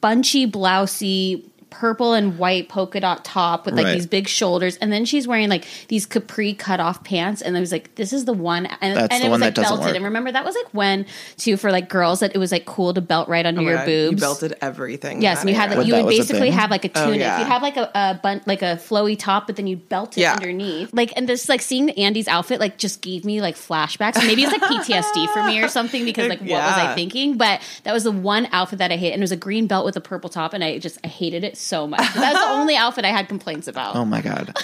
Speaker 6: bunchy blousey purple and white polka dot top with like
Speaker 1: Right.
Speaker 6: these big shoulders, and then she's wearing like these capri cut off pants, and I was like, this is the one, and,
Speaker 1: That's
Speaker 6: and
Speaker 1: the
Speaker 6: it
Speaker 1: one
Speaker 6: was like
Speaker 1: that doesn't
Speaker 6: belted.
Speaker 1: work.
Speaker 6: And remember that was like when too for like girls that it was like cool to belt right under
Speaker 7: Oh my
Speaker 6: your
Speaker 7: God,
Speaker 6: boobs.
Speaker 7: You belted everything.
Speaker 6: Yes,
Speaker 7: in
Speaker 6: and you
Speaker 7: that
Speaker 6: had
Speaker 7: era.
Speaker 6: like
Speaker 1: What,
Speaker 6: you
Speaker 1: that
Speaker 6: would
Speaker 1: was a
Speaker 6: basically
Speaker 1: thing?
Speaker 6: have like a
Speaker 7: Oh,
Speaker 6: tunic.
Speaker 7: yeah.
Speaker 6: You'd have like a, a bun like a flowy top, but then you belt it
Speaker 7: Yeah.
Speaker 6: underneath. Like and just like seeing Andy's outfit like just gave me like flashbacks. Maybe it's like PTSD for me or something because like what was I
Speaker 7: Yeah.
Speaker 6: thinking? But that was the one outfit that I hate, and it was a green belt with a purple top, and I just I hated it so much. That was the only outfit I had complaints about.
Speaker 1: Oh my god.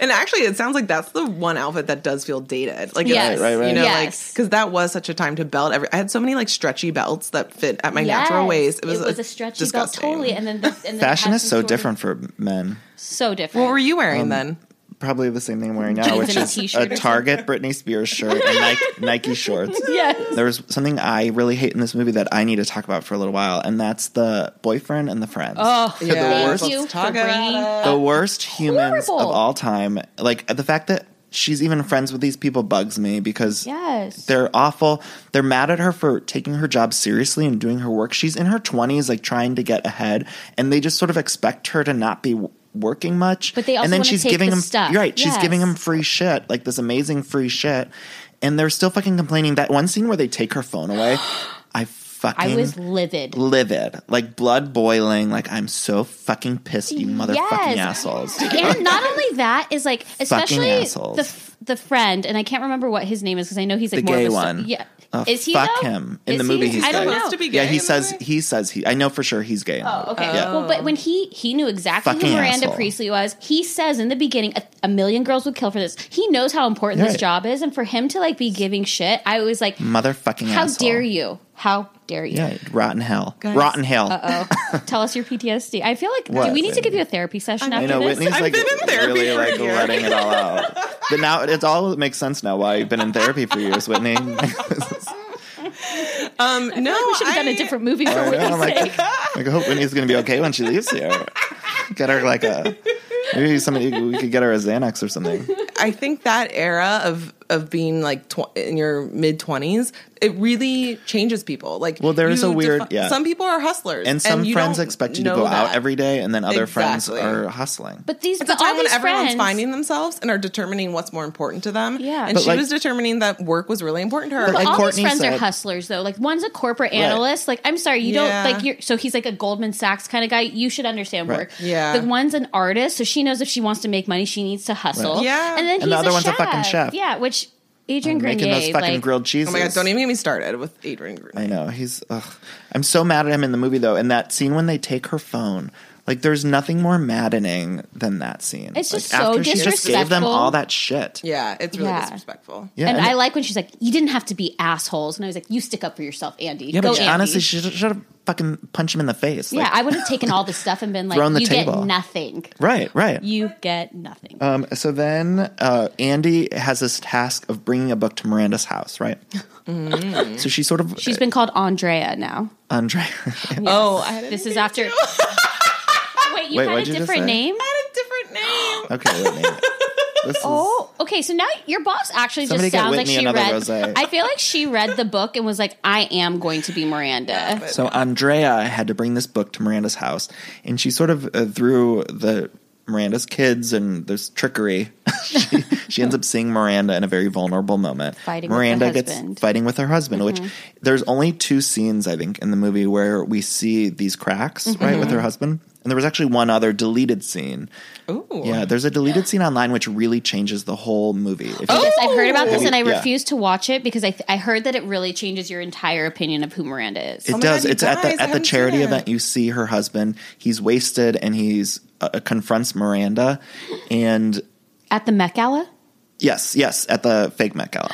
Speaker 7: and actually, it sounds like that's the one outfit that does feel dated. Like,
Speaker 6: Yes.
Speaker 7: yes,
Speaker 1: Right, right, right.
Speaker 7: you know,
Speaker 6: Yes.
Speaker 7: like because that was such a time to belt. Every I had so many like stretchy belts that fit at my natural
Speaker 6: Yes.
Speaker 7: waist.
Speaker 6: It was, a stretchy
Speaker 7: disgusting.
Speaker 6: belt, totally. And then the, and then it
Speaker 1: Fashion
Speaker 6: had
Speaker 1: is
Speaker 6: some
Speaker 1: so
Speaker 6: sort of-
Speaker 1: different for men.
Speaker 6: So different.
Speaker 7: What were you wearing
Speaker 1: Um,
Speaker 7: then?
Speaker 1: Probably the same thing I'm wearing now,
Speaker 6: Jeans
Speaker 1: which
Speaker 6: and a
Speaker 1: is
Speaker 6: t-shirt or
Speaker 1: a Target Britney Spears shirt and Nike, Nike shorts.
Speaker 6: Yes.
Speaker 1: There was something I really hate in this movie that I need to talk about for a little while, and that's the boyfriend and the friends.
Speaker 6: Oh,
Speaker 7: Yeah.
Speaker 6: thank
Speaker 7: Let's
Speaker 6: you for
Speaker 7: talk
Speaker 6: bringing
Speaker 7: about
Speaker 1: the worst humans
Speaker 6: Uh, horrible.
Speaker 1: of all time. Like the fact that she's even friends with these people bugs me because
Speaker 6: Yes.
Speaker 1: they're awful. They're mad at her for taking her job seriously and doing her work. She's in her 20s like trying to get ahead and they just sort of expect her to not be w- working much.
Speaker 6: But they also
Speaker 1: and then
Speaker 6: wanna
Speaker 1: she's
Speaker 6: take
Speaker 1: giving
Speaker 6: the
Speaker 1: them
Speaker 6: stuff.
Speaker 1: You're right, she's
Speaker 6: Yes.
Speaker 1: giving them free shit, like this amazing free shit. And they're still fucking complaining that one scene where they take her phone away. I fucking
Speaker 6: I was livid.
Speaker 1: livid, like blood boiling. Like I'm so fucking pissed, you motherfucking
Speaker 6: Yes.
Speaker 1: assholes.
Speaker 6: and not only that is like especially
Speaker 1: assholes.
Speaker 6: the f- the friend and I can't remember what his name is because I know he's like
Speaker 1: The
Speaker 6: more
Speaker 1: gay
Speaker 6: of a,
Speaker 1: one.
Speaker 6: Yeah,
Speaker 1: Oh,
Speaker 6: is he
Speaker 1: fuck
Speaker 6: though?
Speaker 1: him. In
Speaker 6: Is
Speaker 1: the movie,
Speaker 6: he?
Speaker 1: he's
Speaker 6: I don't
Speaker 1: gay.
Speaker 6: know.
Speaker 7: Supposed to be
Speaker 1: yeah,
Speaker 7: gay
Speaker 1: he
Speaker 7: in the
Speaker 1: says
Speaker 7: movie?
Speaker 1: he says he. I know for sure he's gay. in the movie.
Speaker 6: Oh, okay.
Speaker 1: Yeah.
Speaker 6: Well, but when he he knew exactly
Speaker 1: Fucking
Speaker 6: who Miranda
Speaker 1: asshole.
Speaker 6: Priestley was, he says in the beginning, a, a million girls would kill for this. He knows how important
Speaker 1: Right.
Speaker 6: this job is, and for him to like be giving shit, I was like,
Speaker 1: Motherfucking
Speaker 6: how
Speaker 1: asshole.
Speaker 6: dare you? How dare you?
Speaker 1: Yeah, rotten hell, rotten hell.
Speaker 6: Oh, tell us your PTSD. I feel like
Speaker 1: What?
Speaker 6: do we need to give you a therapy session
Speaker 1: I
Speaker 6: after
Speaker 1: know
Speaker 6: this?
Speaker 1: Whitney's like
Speaker 7: been in therapy
Speaker 1: really
Speaker 7: for
Speaker 1: like
Speaker 7: a year.
Speaker 1: letting it all out. But now it's all it makes sense now why you've been in therapy for years, Whitney.
Speaker 7: Um, no,
Speaker 6: we should have done
Speaker 7: I,
Speaker 6: a different movie for
Speaker 1: I know,
Speaker 6: Whitney's
Speaker 1: I'm like,
Speaker 6: sake.
Speaker 1: like, I hope Whitney's gonna be okay when she leaves here. Get her like a maybe somebody we could get her a Xanax or something.
Speaker 7: I think that era of of being like tw- in your mid twenties, it really changes people. Like,
Speaker 1: Well, there is
Speaker 7: you
Speaker 1: a weird-
Speaker 7: defi-
Speaker 1: yeah.
Speaker 7: Some people are hustlers,
Speaker 1: And some
Speaker 7: you
Speaker 1: friends
Speaker 7: don't
Speaker 1: expect you to
Speaker 7: know
Speaker 1: go out
Speaker 7: that.
Speaker 1: every day, and then other
Speaker 7: Exactly.
Speaker 1: friends are hustling.
Speaker 6: But these
Speaker 7: It's a
Speaker 6: but all
Speaker 7: time when
Speaker 6: these
Speaker 7: everyone's
Speaker 6: friends-
Speaker 7: finding themselves and are determining what's more important to them.
Speaker 6: Yeah.
Speaker 7: and
Speaker 6: But,
Speaker 7: she
Speaker 1: like-
Speaker 7: was determining that work was really important to her.
Speaker 6: But
Speaker 1: Like
Speaker 6: all
Speaker 1: Courtney
Speaker 6: his friends are
Speaker 1: said-
Speaker 6: hustlers, though. Like one's a corporate analyst. Like I'm sorry, you
Speaker 7: Yeah.
Speaker 6: don't like. You're, so he's like a Goldman Sachs kind of guy. You should understand
Speaker 1: Right.
Speaker 6: work.
Speaker 7: Yeah.
Speaker 6: The one's an artist, so she knows if she wants to make money, she needs to hustle.
Speaker 1: Right.
Speaker 7: Yeah.
Speaker 6: And then
Speaker 7: And
Speaker 6: he's
Speaker 1: the other
Speaker 6: a
Speaker 1: one's a
Speaker 6: chef.
Speaker 1: fucking chef.
Speaker 6: Yeah. Which Adrian
Speaker 1: making
Speaker 6: Grenier,
Speaker 1: those fucking
Speaker 6: like,
Speaker 1: grilled cheeses.
Speaker 7: oh my god, don't even get me started with Adrian Grenier.
Speaker 1: I know he's. Ugh. I'm so mad at him in the movie though. And that scene when they take her phone, like there's nothing more maddening than that scene.
Speaker 6: It's just
Speaker 1: like,
Speaker 6: so
Speaker 1: after she just gave them
Speaker 6: disrespectful.
Speaker 1: all that shit.
Speaker 7: Yeah, it's really
Speaker 6: Yeah.
Speaker 7: disrespectful.
Speaker 1: Yeah,
Speaker 6: and,
Speaker 1: and-
Speaker 6: I like when she's like, "You didn't have to be assholes," and I was like, "You stick up for yourself, Andy."
Speaker 1: Yeah,
Speaker 6: Go,
Speaker 1: but she-
Speaker 6: Andy.
Speaker 1: honestly, she should should have fucking punched him in the face.
Speaker 6: yeah,
Speaker 1: Like,
Speaker 6: I would have taken all this stuff and been like,
Speaker 1: Thrown the
Speaker 6: "You
Speaker 1: table.
Speaker 6: get nothing.
Speaker 1: right, right.
Speaker 6: You get nothing."
Speaker 1: Um, so then uh, Andy has this task of bringing a book to Miranda's house, right?
Speaker 7: Mm.
Speaker 1: So she sort of
Speaker 6: She's been called Andrea now.
Speaker 1: Andre.
Speaker 7: Oh, I had a,
Speaker 6: This is after. Wait, you
Speaker 1: Wait,
Speaker 6: had a
Speaker 1: what'd you just
Speaker 6: different
Speaker 1: say?
Speaker 6: name?
Speaker 7: I had a different name.
Speaker 1: okay, wait, maybe. This is-
Speaker 6: Oh, okay. So now your boss actually
Speaker 1: Somebody
Speaker 6: just
Speaker 1: get
Speaker 6: sounds like
Speaker 1: Whitney
Speaker 6: she
Speaker 1: another
Speaker 6: read.
Speaker 1: rosé.
Speaker 6: I feel like she read the book and was like, "I am going to be Miranda."
Speaker 1: So Andrea had to bring this book to Miranda's house, and she sort of uh, through the Miranda's kids and this trickery, she, she ends up seeing Miranda in a very vulnerable moment.
Speaker 6: Fighting with her
Speaker 1: Miranda
Speaker 6: husband. Mm-hmm.
Speaker 1: gets fighting with her husband, which there's only two scenes I think in the movie where we see these cracks right
Speaker 6: Mm-hmm.
Speaker 1: with her husband, and there was actually one other deleted scene.
Speaker 7: Ooh.
Speaker 1: Yeah, there's a deleted scene online which really changes the whole movie. If you-
Speaker 6: Yes, I've heard about this,
Speaker 1: Have
Speaker 6: and I
Speaker 1: you- yeah.
Speaker 6: refuse to watch it because I th- I heard that it really changes your entire opinion of who Miranda is.
Speaker 1: It
Speaker 7: my
Speaker 1: does.
Speaker 7: God, you
Speaker 1: it's
Speaker 7: guys,
Speaker 1: at
Speaker 7: I
Speaker 1: the at the
Speaker 7: haven't seen
Speaker 1: charity
Speaker 7: it.
Speaker 1: event. You see her husband. He's wasted, and he's uh, confronts Miranda, and
Speaker 6: At the Met Gala,
Speaker 1: yes, yes, at the fake Met Gala.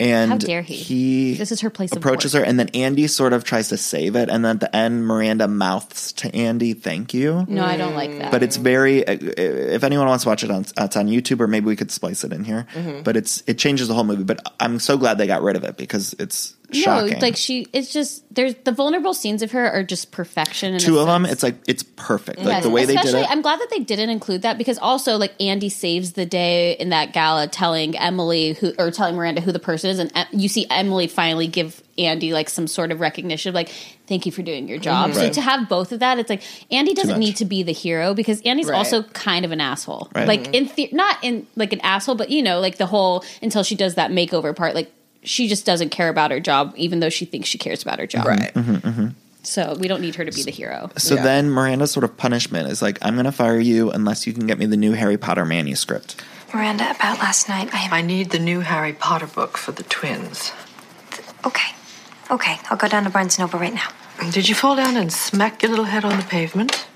Speaker 1: And
Speaker 6: Uh-huh. How dare he. This is her place of
Speaker 1: Approaches
Speaker 6: work.
Speaker 1: her, and then Andy sort of tries to save it, and then at the end, Miranda mouths to Andy, "Thank you."
Speaker 6: no, I don't like that.
Speaker 1: Mm. But it's very. uh, If anyone wants to watch it, on, uh, it's on YouTube, or maybe we could splice it in here.
Speaker 6: Mm-hmm.
Speaker 1: But it's it changes the whole movie. But I'm so glad they got rid of it because it's shocking.
Speaker 6: no, like she. It's just there's the vulnerable scenes of her are just perfection. In
Speaker 1: two
Speaker 6: a
Speaker 1: of them,
Speaker 6: sense.
Speaker 1: it's like it's perfect. Like
Speaker 6: Yes,
Speaker 1: the way they did
Speaker 6: especially,
Speaker 1: it.
Speaker 6: I'm glad that they didn't include that because also like Andy saves the day in that gala, telling E, Emily who or telling Miranda who the person is, and uh, you see Emily finally give Andy like some sort of recognition of like, thank you for doing your job. So
Speaker 1: Mm-hmm. Right.
Speaker 6: to have both of that, it's like Andy doesn't
Speaker 1: much.
Speaker 6: need to be the hero because Andy's
Speaker 7: Right.
Speaker 6: also kind of an asshole.
Speaker 1: Right. Mm-hmm.
Speaker 6: Like in the- not in like an asshole, but you know, like the whole until she does that makeover part, like she just doesn't care about her job, even though she thinks she cares about her job.
Speaker 7: Right.
Speaker 1: Mm-hmm,
Speaker 6: So we don't need her to be the hero.
Speaker 1: So
Speaker 7: Yeah.
Speaker 1: then Miranda's sort of punishment is like, I'm going to fire you unless you can get me the new Harry Potter manuscript.
Speaker 4: Miranda, about last night, I am.
Speaker 3: I need the new Harry Potter book for the twins.
Speaker 4: Okay. Okay, I'll go down to Barnes Noble right now.
Speaker 3: Did you fall down and smack your little head on the pavement?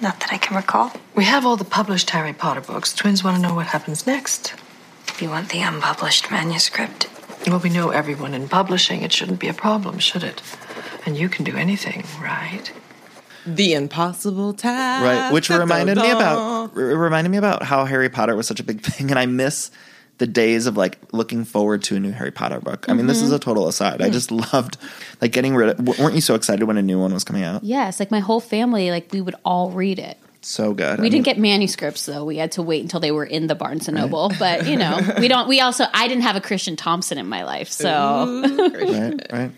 Speaker 4: Not that I can recall.
Speaker 3: We have all the published Harry Potter books. Twins want to know what happens next.
Speaker 4: If you want the unpublished manuscript,
Speaker 3: Well, we know everyone in publishing. It shouldn't be a problem, should it? And you can do anything, right?
Speaker 7: The impossible task.
Speaker 6: Ah,
Speaker 1: Right. Which reminded me about, r- reminded me about how Harry Potter was such a big thing. And I miss the days of like looking forward to a new Harry Potter book. I mean, this is
Speaker 6: Mm-hmm.
Speaker 1: a total aside.
Speaker 6: Hmm.
Speaker 1: I just loved like getting rid of, w- weren't you so excited when a new one was coming out?
Speaker 6: Yes, like my whole family, like we would all read it.
Speaker 1: So good.
Speaker 6: We didn't get manuscripts though. We had to wait until they were in the Barnes and Noble. But you know, we don't. We also I didn't have a Christian Thompson in my life, so
Speaker 1: right, right.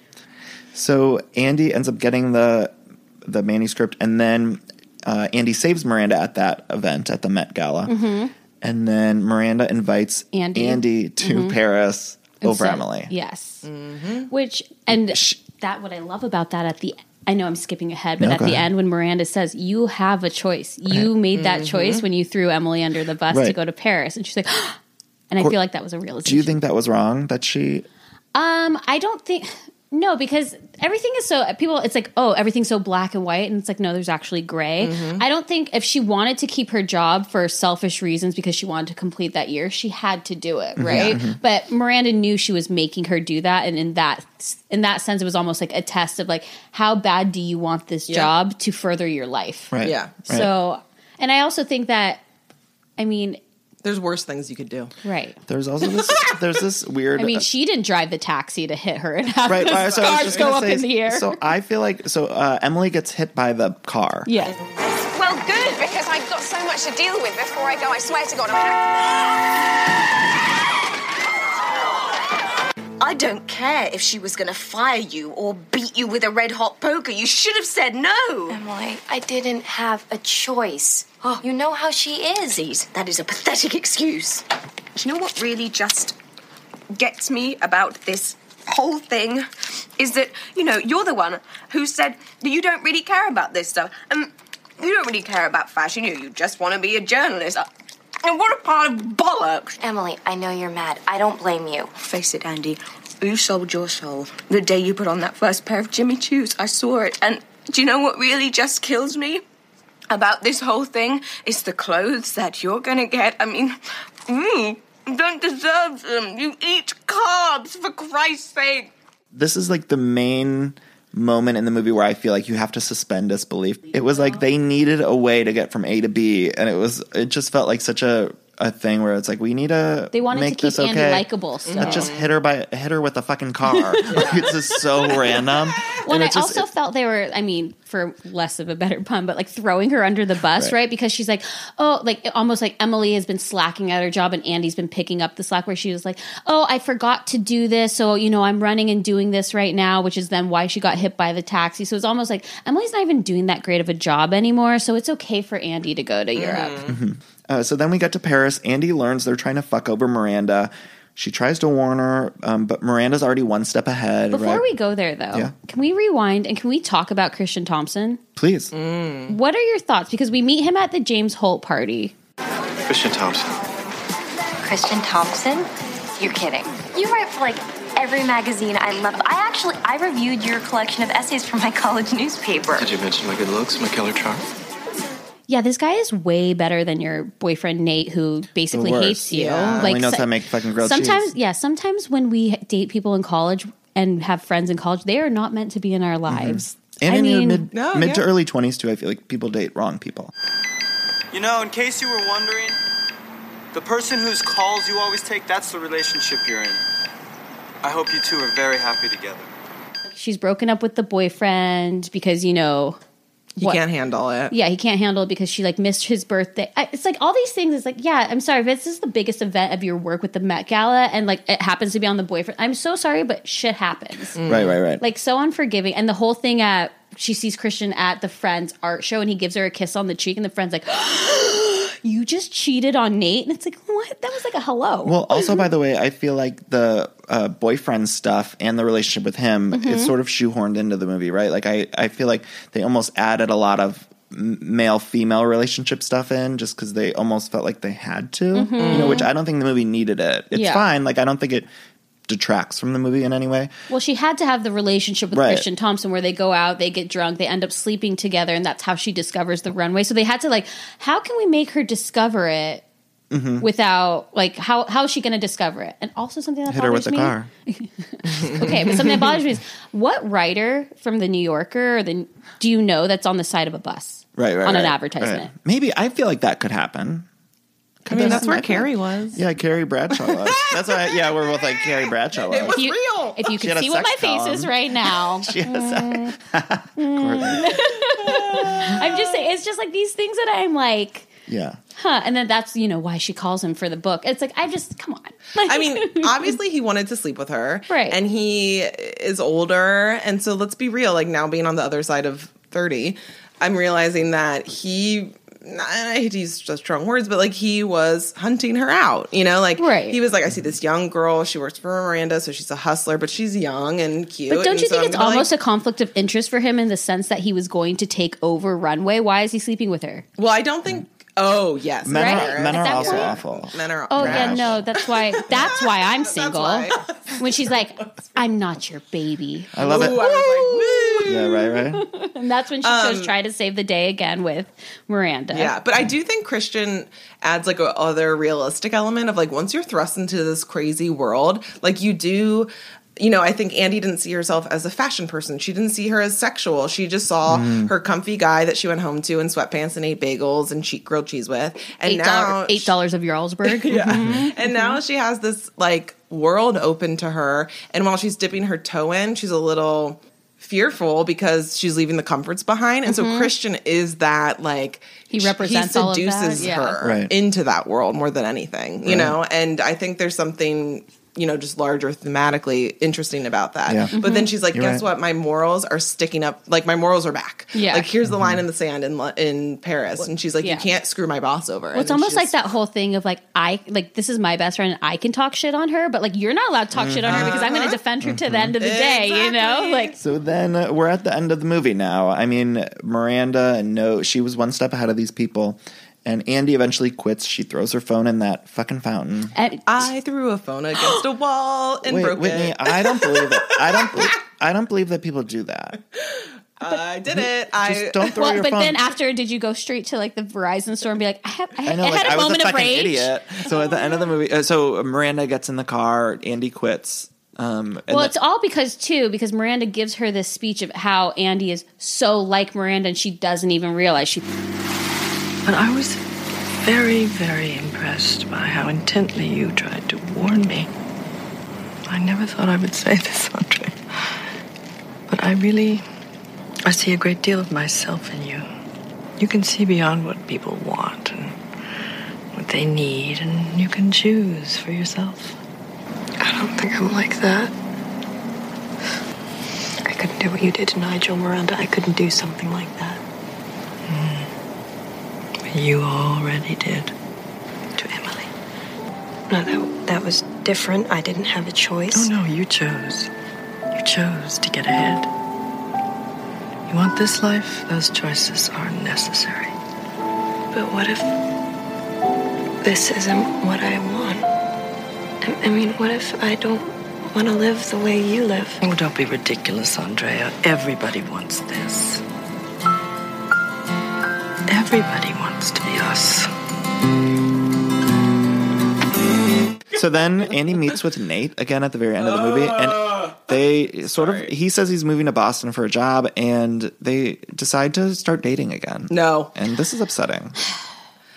Speaker 1: So Andy ends up getting the the manuscript, and then uh, Andy saves Miranda at that event at the Met Gala, and then Miranda invites
Speaker 6: Mm-hmm. Andy. Mm-hmm.
Speaker 1: to Paris over
Speaker 6: So,
Speaker 1: Emily. Mm-hmm.
Speaker 6: Yes, which and that what I love about that at the. I know I'm skipping ahead, but
Speaker 1: No,
Speaker 6: at
Speaker 1: go
Speaker 6: the
Speaker 1: ahead.
Speaker 6: end when Miranda says, "You have a choice. You made that choice when you threw Emily under the bus to
Speaker 1: Mm-hmm. Right.
Speaker 6: go to Paris," and she's like. And I feel like that was a realization.
Speaker 1: Do you think that was wrong that she?
Speaker 6: Um, I don't think no, because everything is so people. It's like oh, everything's so black and white, and it's like no, there's actually gray.
Speaker 1: Mm-hmm.
Speaker 6: I don't think if she wanted to keep her job for selfish reasons because she wanted to complete that year, she had to do it,
Speaker 1: Mm-hmm.
Speaker 6: right? But Miranda knew she was making her do that, and in that in that sense, it was almost like a test of like how bad do you want this job to further your life?
Speaker 1: Right.
Speaker 7: Yeah.
Speaker 1: Right.
Speaker 6: So, and I also think that, I mean,
Speaker 7: There's worse things you could do.
Speaker 6: right.
Speaker 1: there's also this. there's this weird. uh,
Speaker 6: I mean, she didn't drive the taxi to hit her and have
Speaker 1: Right,
Speaker 6: the
Speaker 1: right, so I was
Speaker 6: scars
Speaker 1: just
Speaker 6: go
Speaker 1: gonna
Speaker 6: up
Speaker 1: say,
Speaker 6: in the air.
Speaker 1: So I feel like so uh, Emily gets hit by the car.
Speaker 6: yeah.
Speaker 2: Well, good, because I've got so much to deal with before I go. I swear to God, I mean, I-
Speaker 9: I don't care if she was going to fire you or beat you with a red hot poker. You should have said no.
Speaker 4: Emily, I didn't have a choice. You know how she Oh. is.
Speaker 9: Please, that is a pathetic excuse. Do you know what really just gets me about this whole thing? Is that, you know, you're the one who said that you don't really care about this stuff. And you don't really care about fashion. You, you just want to be a journalist. And what a pile of bollocks.
Speaker 4: Emily, I know you're mad. I don't blame you.
Speaker 9: Face it, Andy. You sold your soul the day you put on that first pair of Jimmy Choo's. I saw it. And do you know what really just kills me about this whole thing? It's the clothes that you're gonna get. I mean, mm, you don't deserve them. You eat carbs, for Christ's sake.
Speaker 1: this is like the main moment in the movie where I feel like you have to suspend disbelief. It was like they needed a way to get from A to B, and it was it just felt like such a a thing where it's like we need to
Speaker 6: They wanted
Speaker 1: make
Speaker 6: to keep
Speaker 1: this okay.
Speaker 6: Andy likable. So.
Speaker 1: But just hit her by hit her with a fucking car. Like, it's just so random. And
Speaker 6: when I
Speaker 1: it's just-
Speaker 6: also felt they were, I mean, for less of a better pun, but like throwing her under the bus, right?
Speaker 1: Right.
Speaker 6: Because she's like, oh, like almost like Emily has been slacking at her job and Andy's been picking up the slack where she was like, oh, I forgot to do this. So, you know, I'm running and doing this right now, which is then why she got hit by the taxi. So it's almost like Emily's not even doing that great of a job anymore. So it's okay for Andy to go to
Speaker 1: Mm-hmm.
Speaker 6: Europe.
Speaker 1: Uh, so then we get to Paris. Andy learns they're trying to fuck over Miranda. She tries to warn her, um, but Miranda's already one step ahead.
Speaker 6: Before
Speaker 1: right?
Speaker 6: we go there, though,
Speaker 1: Yeah.
Speaker 6: can we rewind and can we talk about Christian Thompson?
Speaker 1: please,
Speaker 6: What are your thoughts? Because we meet him at the James Holt party.
Speaker 5: Christian Thompson.
Speaker 4: Christian Thompson? You're kidding. You write for like every magazine I love. I actually I reviewed your collection of essays for my college newspaper.
Speaker 5: Did you mention my good looks, my killer charm?
Speaker 6: Yeah, this guy is way better than your boyfriend Nate, who basically
Speaker 1: worst.
Speaker 6: hates you.
Speaker 1: Yeah. Only knows
Speaker 6: so-
Speaker 1: how to make fucking grilled
Speaker 6: sometimes,
Speaker 1: cheese.
Speaker 6: yeah, sometimes when we date people in college and have friends in college, they are not meant to be in our lives.
Speaker 1: Mm-hmm. and
Speaker 6: I
Speaker 1: in your
Speaker 6: mean-
Speaker 1: mid
Speaker 7: No,
Speaker 1: mid to
Speaker 7: yeah.
Speaker 1: early twenties too, I feel like people date wrong people.
Speaker 10: You know, in case you were wondering, the person whose calls you always take, that's the relationship you're in. I hope you two are very happy together.
Speaker 6: She's broken up with the boyfriend because you know
Speaker 7: He
Speaker 6: What?
Speaker 7: can't handle it.
Speaker 6: Yeah, he can't handle it because she like missed his birthday. I, it's like all these things. It's like, yeah, I'm sorry, if this is the biggest event of your work with the Met Gala and like it happens to be on the boyfriend. I'm so sorry, but shit happens.
Speaker 1: Right, right, right.
Speaker 6: Mm. Like so unforgiving. And the whole thing at she sees Christian at the friend's art show and he gives her a kiss on the cheek and the friend's like, You just cheated on Nate. And it's like, what? That was like a hello.
Speaker 1: Well,
Speaker 6: mm-hmm.
Speaker 1: also by the way, I feel like the uh, boyfriend stuff and the relationship with him
Speaker 7: Mm-hmm.
Speaker 6: Mhm.
Speaker 1: it's sort of shoehorned into the movie, right? Like I, I feel like they almost added a lot of male female relationship stuff in just because they almost felt like they had to,
Speaker 6: Mhm.
Speaker 1: you know. Which I don't think the movie needed it. It's
Speaker 6: Yeah.
Speaker 1: fine. Like I don't think it detracts from the movie in any way.
Speaker 6: Well, she had to have the relationship with
Speaker 1: Right.
Speaker 6: Christian Thompson where they go out, they get drunk, they end up sleeping together, and that's how she discovers the runway. So they had to like, how can we make her discover it
Speaker 1: Mhm.
Speaker 6: without like how how is she going to discover it? And also something that
Speaker 1: Hit her with
Speaker 6: bothers
Speaker 1: the
Speaker 6: me-
Speaker 1: car.
Speaker 6: Okay, but something that bothers me is what writer from the New Yorker or the do you know that's on the side of a bus?
Speaker 1: Right, right.
Speaker 6: on an
Speaker 1: right,
Speaker 6: advertisement.
Speaker 1: right. Maybe I feel like that could happen.
Speaker 7: I mean,
Speaker 1: Could
Speaker 7: that's
Speaker 1: happen.
Speaker 7: where
Speaker 1: I feel-
Speaker 7: Carrie was.
Speaker 1: Yeah, Carrie Bradshaw was. That's why. Yeah, we're both like Carrie Bradshaw was.
Speaker 6: if you, real. If you
Speaker 1: She
Speaker 6: could
Speaker 1: had a
Speaker 6: see what my
Speaker 1: sex
Speaker 6: face is
Speaker 1: column.
Speaker 6: right now.
Speaker 1: She had a
Speaker 6: Mm. Mm. I'm just saying, it's just like these things that I'm like,
Speaker 1: Yeah.
Speaker 6: huh. And then that's, you know, why she calls him for the book. It's like, I just, come on.
Speaker 7: I mean, obviously he wanted to sleep with her.
Speaker 6: Right.
Speaker 7: And he is older. And so let's be real, like now being on the other side of 30, I'm realizing that he and I hate to use such strong words, but like he was hunting her out, you know, like
Speaker 6: Right.
Speaker 7: he was like, I see this young girl, she works for Miranda, so she's a hustler, but she's young and cute.
Speaker 6: But don't
Speaker 7: and
Speaker 6: you
Speaker 7: so
Speaker 6: think
Speaker 7: I'm
Speaker 6: it's
Speaker 7: gonna, like-
Speaker 6: almost a conflict of interest for him in the sense that he was going to take over runway? Why is he sleeping with her?
Speaker 7: well, I don't think oh yes.
Speaker 1: Men
Speaker 6: Right?
Speaker 1: are, men
Speaker 6: At
Speaker 1: are
Speaker 6: that
Speaker 1: also
Speaker 6: point-
Speaker 1: awful.
Speaker 7: Men are
Speaker 6: Oh yeah,
Speaker 1: trash.
Speaker 6: no, that's why. That's why I'm single. When she's like, "I'm not your baby,"
Speaker 1: I love it.
Speaker 6: Ooh, I Oh.
Speaker 1: yeah, right, right.
Speaker 6: and that's when she goes
Speaker 7: Um,
Speaker 6: try to save the day again with Miranda.
Speaker 7: Yeah, but I do think Christian adds like a other realistic element of like once you're thrust into this crazy world, like you do. You know, I think Andy didn't see herself as a fashion person. She didn't see her as sexual. She just saw
Speaker 6: Mm.
Speaker 7: her comfy guy that she went home to in sweatpants and ate bagels and cheat grilled cheese with. And
Speaker 6: eight
Speaker 7: now
Speaker 6: dollar- eight dollars of Jarlsberg.
Speaker 7: yeah.
Speaker 6: Mm-hmm.
Speaker 7: And now she has this like world open to her. And while she's dipping her toe in, she's a little fearful because she's leaving the comforts behind. And
Speaker 6: Mhm.
Speaker 7: so Christian is that like
Speaker 6: He
Speaker 7: sh-
Speaker 6: represents all of that. Yeah.
Speaker 7: her
Speaker 6: Right.
Speaker 7: into that world more than anything, you
Speaker 1: Right.
Speaker 7: know? And I think there's something you know, just larger thematically interesting about that.
Speaker 1: Yeah.
Speaker 7: But then
Speaker 6: Mm-hmm.
Speaker 1: Mhm.
Speaker 7: she's like,
Speaker 1: You're
Speaker 7: guess
Speaker 1: right.
Speaker 7: what? My morals are sticking up. Like my morals are back.
Speaker 6: Yeah.
Speaker 7: Like here's
Speaker 1: Mm-hmm.
Speaker 7: the line in the sand in Lo- in Paris, and she's like,
Speaker 6: Yeah.
Speaker 7: you can't screw my boss over.
Speaker 6: Well, it's
Speaker 7: And then
Speaker 6: almost
Speaker 7: she
Speaker 6: like that whole thing of like I like this is my best friend and I can talk shit on her, but like you're not allowed to talk shit on her because I'm going to
Speaker 7: Uh-huh.
Speaker 6: defend her
Speaker 7: Mm-hmm.
Speaker 6: to the end of the day. You know, like
Speaker 1: So then uh, we're at the end of the movie now. I mean, Miranda and no, she was one step ahead of these people. And Andy eventually quits. She throws her phone in that fucking fountain.
Speaker 7: I threw a phone against a wall and
Speaker 1: Wait,
Speaker 7: broke
Speaker 1: Whitney,
Speaker 7: it.
Speaker 1: I don't believe it. I don't. Believe, I don't believe that people do that.
Speaker 7: I did it. I
Speaker 1: Just don't throw
Speaker 6: well,
Speaker 1: your
Speaker 6: but
Speaker 1: phone.
Speaker 6: then after, did you go straight to like the Verizon store and be like, I, have, I,
Speaker 1: I know,
Speaker 6: I
Speaker 1: like,
Speaker 6: had a
Speaker 1: I was a
Speaker 6: moment of
Speaker 1: fucking
Speaker 6: rage.
Speaker 1: idiot. So at the end of the movie, uh, so Miranda gets in the car. Andy quits. Um, and
Speaker 6: well,
Speaker 1: the-
Speaker 6: it's all because too, because Miranda gives her this speech of how Andy is so like Miranda, and she doesn't even realize she.
Speaker 8: But I was very, very impressed by how intently you tried to warn me. I never thought I would say this, Andre. But I really. I see a great deal of myself in you. You can see beyond what people want and what they need, and you can choose for yourself. I don't think I'm like that. I couldn't do what you did to Nigel Miranda. I couldn't do something like that. You already did.
Speaker 4: To Emily. No, that, that was different. I didn't have a
Speaker 8: Oh
Speaker 4: choice.
Speaker 8: no, you chose. You chose to get ahead. You want this life? Those choices are necessary.
Speaker 4: But what if this isn't what I want? I, I mean, what if I don't want to live the way you live?
Speaker 8: Oh, don't be ridiculous, Andrea. Everybody wants this. Everybody wants to be us.
Speaker 1: so then Andy meets with Nate again at the very end of the movie, and they sort of he says he's moving to Boston for a job, and they decide to start dating again.
Speaker 7: No,
Speaker 1: and this is upsetting.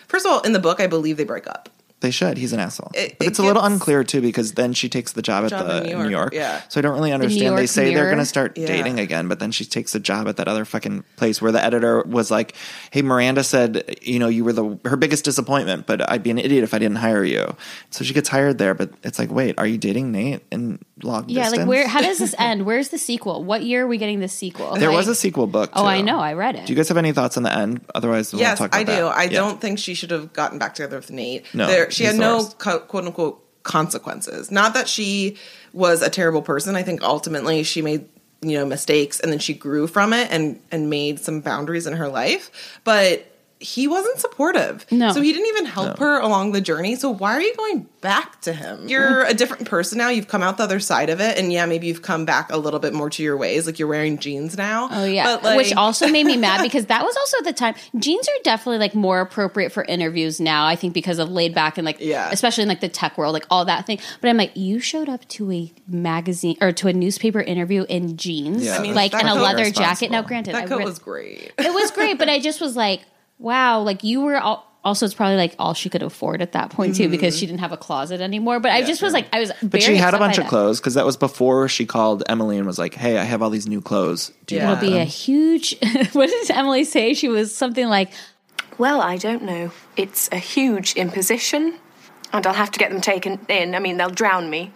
Speaker 7: first of all, in the book, I believe they break up.
Speaker 1: They should. He's an asshole.
Speaker 7: It-
Speaker 1: but
Speaker 7: it
Speaker 1: it's a little
Speaker 7: gets-
Speaker 1: unclear too because then she takes the job,
Speaker 7: Job
Speaker 1: at the
Speaker 7: in New
Speaker 1: New York.
Speaker 7: York, yeah.
Speaker 1: So I don't really
Speaker 7: The New
Speaker 1: understand. they
Speaker 7: York
Speaker 1: say they're
Speaker 7: Mirror.
Speaker 1: going to start
Speaker 7: Yeah.
Speaker 1: dating again, but then she takes a job at that other fucking place where the editor was like, "Hey, Miranda said you know you were the her biggest disappointment, but I'd be an idiot if I didn't hire you." So she gets hired there, but it's like, wait, are you dating Nate in long
Speaker 6: Yeah,
Speaker 1: distance?
Speaker 6: like where? How does this end? Where's the sequel? What year are we getting the sequel?
Speaker 1: There was
Speaker 6: Like-
Speaker 1: a sequel book.
Speaker 6: Oh,
Speaker 1: too.
Speaker 6: I know. I read it.
Speaker 1: Do you guys have any thoughts on the end? Otherwise, we'll
Speaker 7: yes,
Speaker 1: talk about
Speaker 7: I do.
Speaker 1: that.
Speaker 7: I
Speaker 1: Yeah.
Speaker 7: don't think she should have gotten back together with Nate.
Speaker 1: No,
Speaker 7: there, she
Speaker 1: he's
Speaker 7: had
Speaker 1: the
Speaker 7: no
Speaker 1: worst.
Speaker 7: co- quote unquote consequences. Not that she was a terrible person. I think ultimately she made you know mistakes, and then she grew from it and and made some boundaries in her life. But he wasn't supportive.
Speaker 6: No.
Speaker 7: so he didn't even help her along the journey. So why are you going back to him? You're
Speaker 1: Hmm.
Speaker 7: a different person now. You've come out the other side of it, and yeah, maybe you've come back a little bit more to your ways. Like you're wearing jeans now.
Speaker 6: Oh yeah,
Speaker 7: But, like-
Speaker 6: which also made me mad because that was also the time jeans are definitely like more appropriate for interviews now. I think because of laid back and like,
Speaker 7: Yeah.
Speaker 6: especially in like the tech world, like all that thing. But I'm like, you showed up to a magazine or to a newspaper interview in jeans,
Speaker 7: Yeah, I mean,
Speaker 6: like
Speaker 7: that
Speaker 6: and a
Speaker 7: coat-
Speaker 6: leather jacket. Now, granted,
Speaker 7: that
Speaker 6: I
Speaker 7: coat
Speaker 6: re-
Speaker 7: was great.
Speaker 6: it was great, but I just was like, wow, like you were all. Also, it's probably like all she could afford at that point too, because she didn't have a closet anymore. But I just was like, I was.
Speaker 1: Mm-hmm. But she
Speaker 6: very
Speaker 1: had a
Speaker 6: upset by
Speaker 1: bunch of
Speaker 6: that.
Speaker 1: clothes because that was before she called Emily and was like, "Hey, I have all these new clothes. Do you
Speaker 6: It'll
Speaker 1: want
Speaker 6: be a
Speaker 1: them?"
Speaker 6: huge. what did Emily say? She was something like,
Speaker 9: Well, I don't know. It's a huge imposition, and I'll have to get them taken in. I mean, they'll drown me.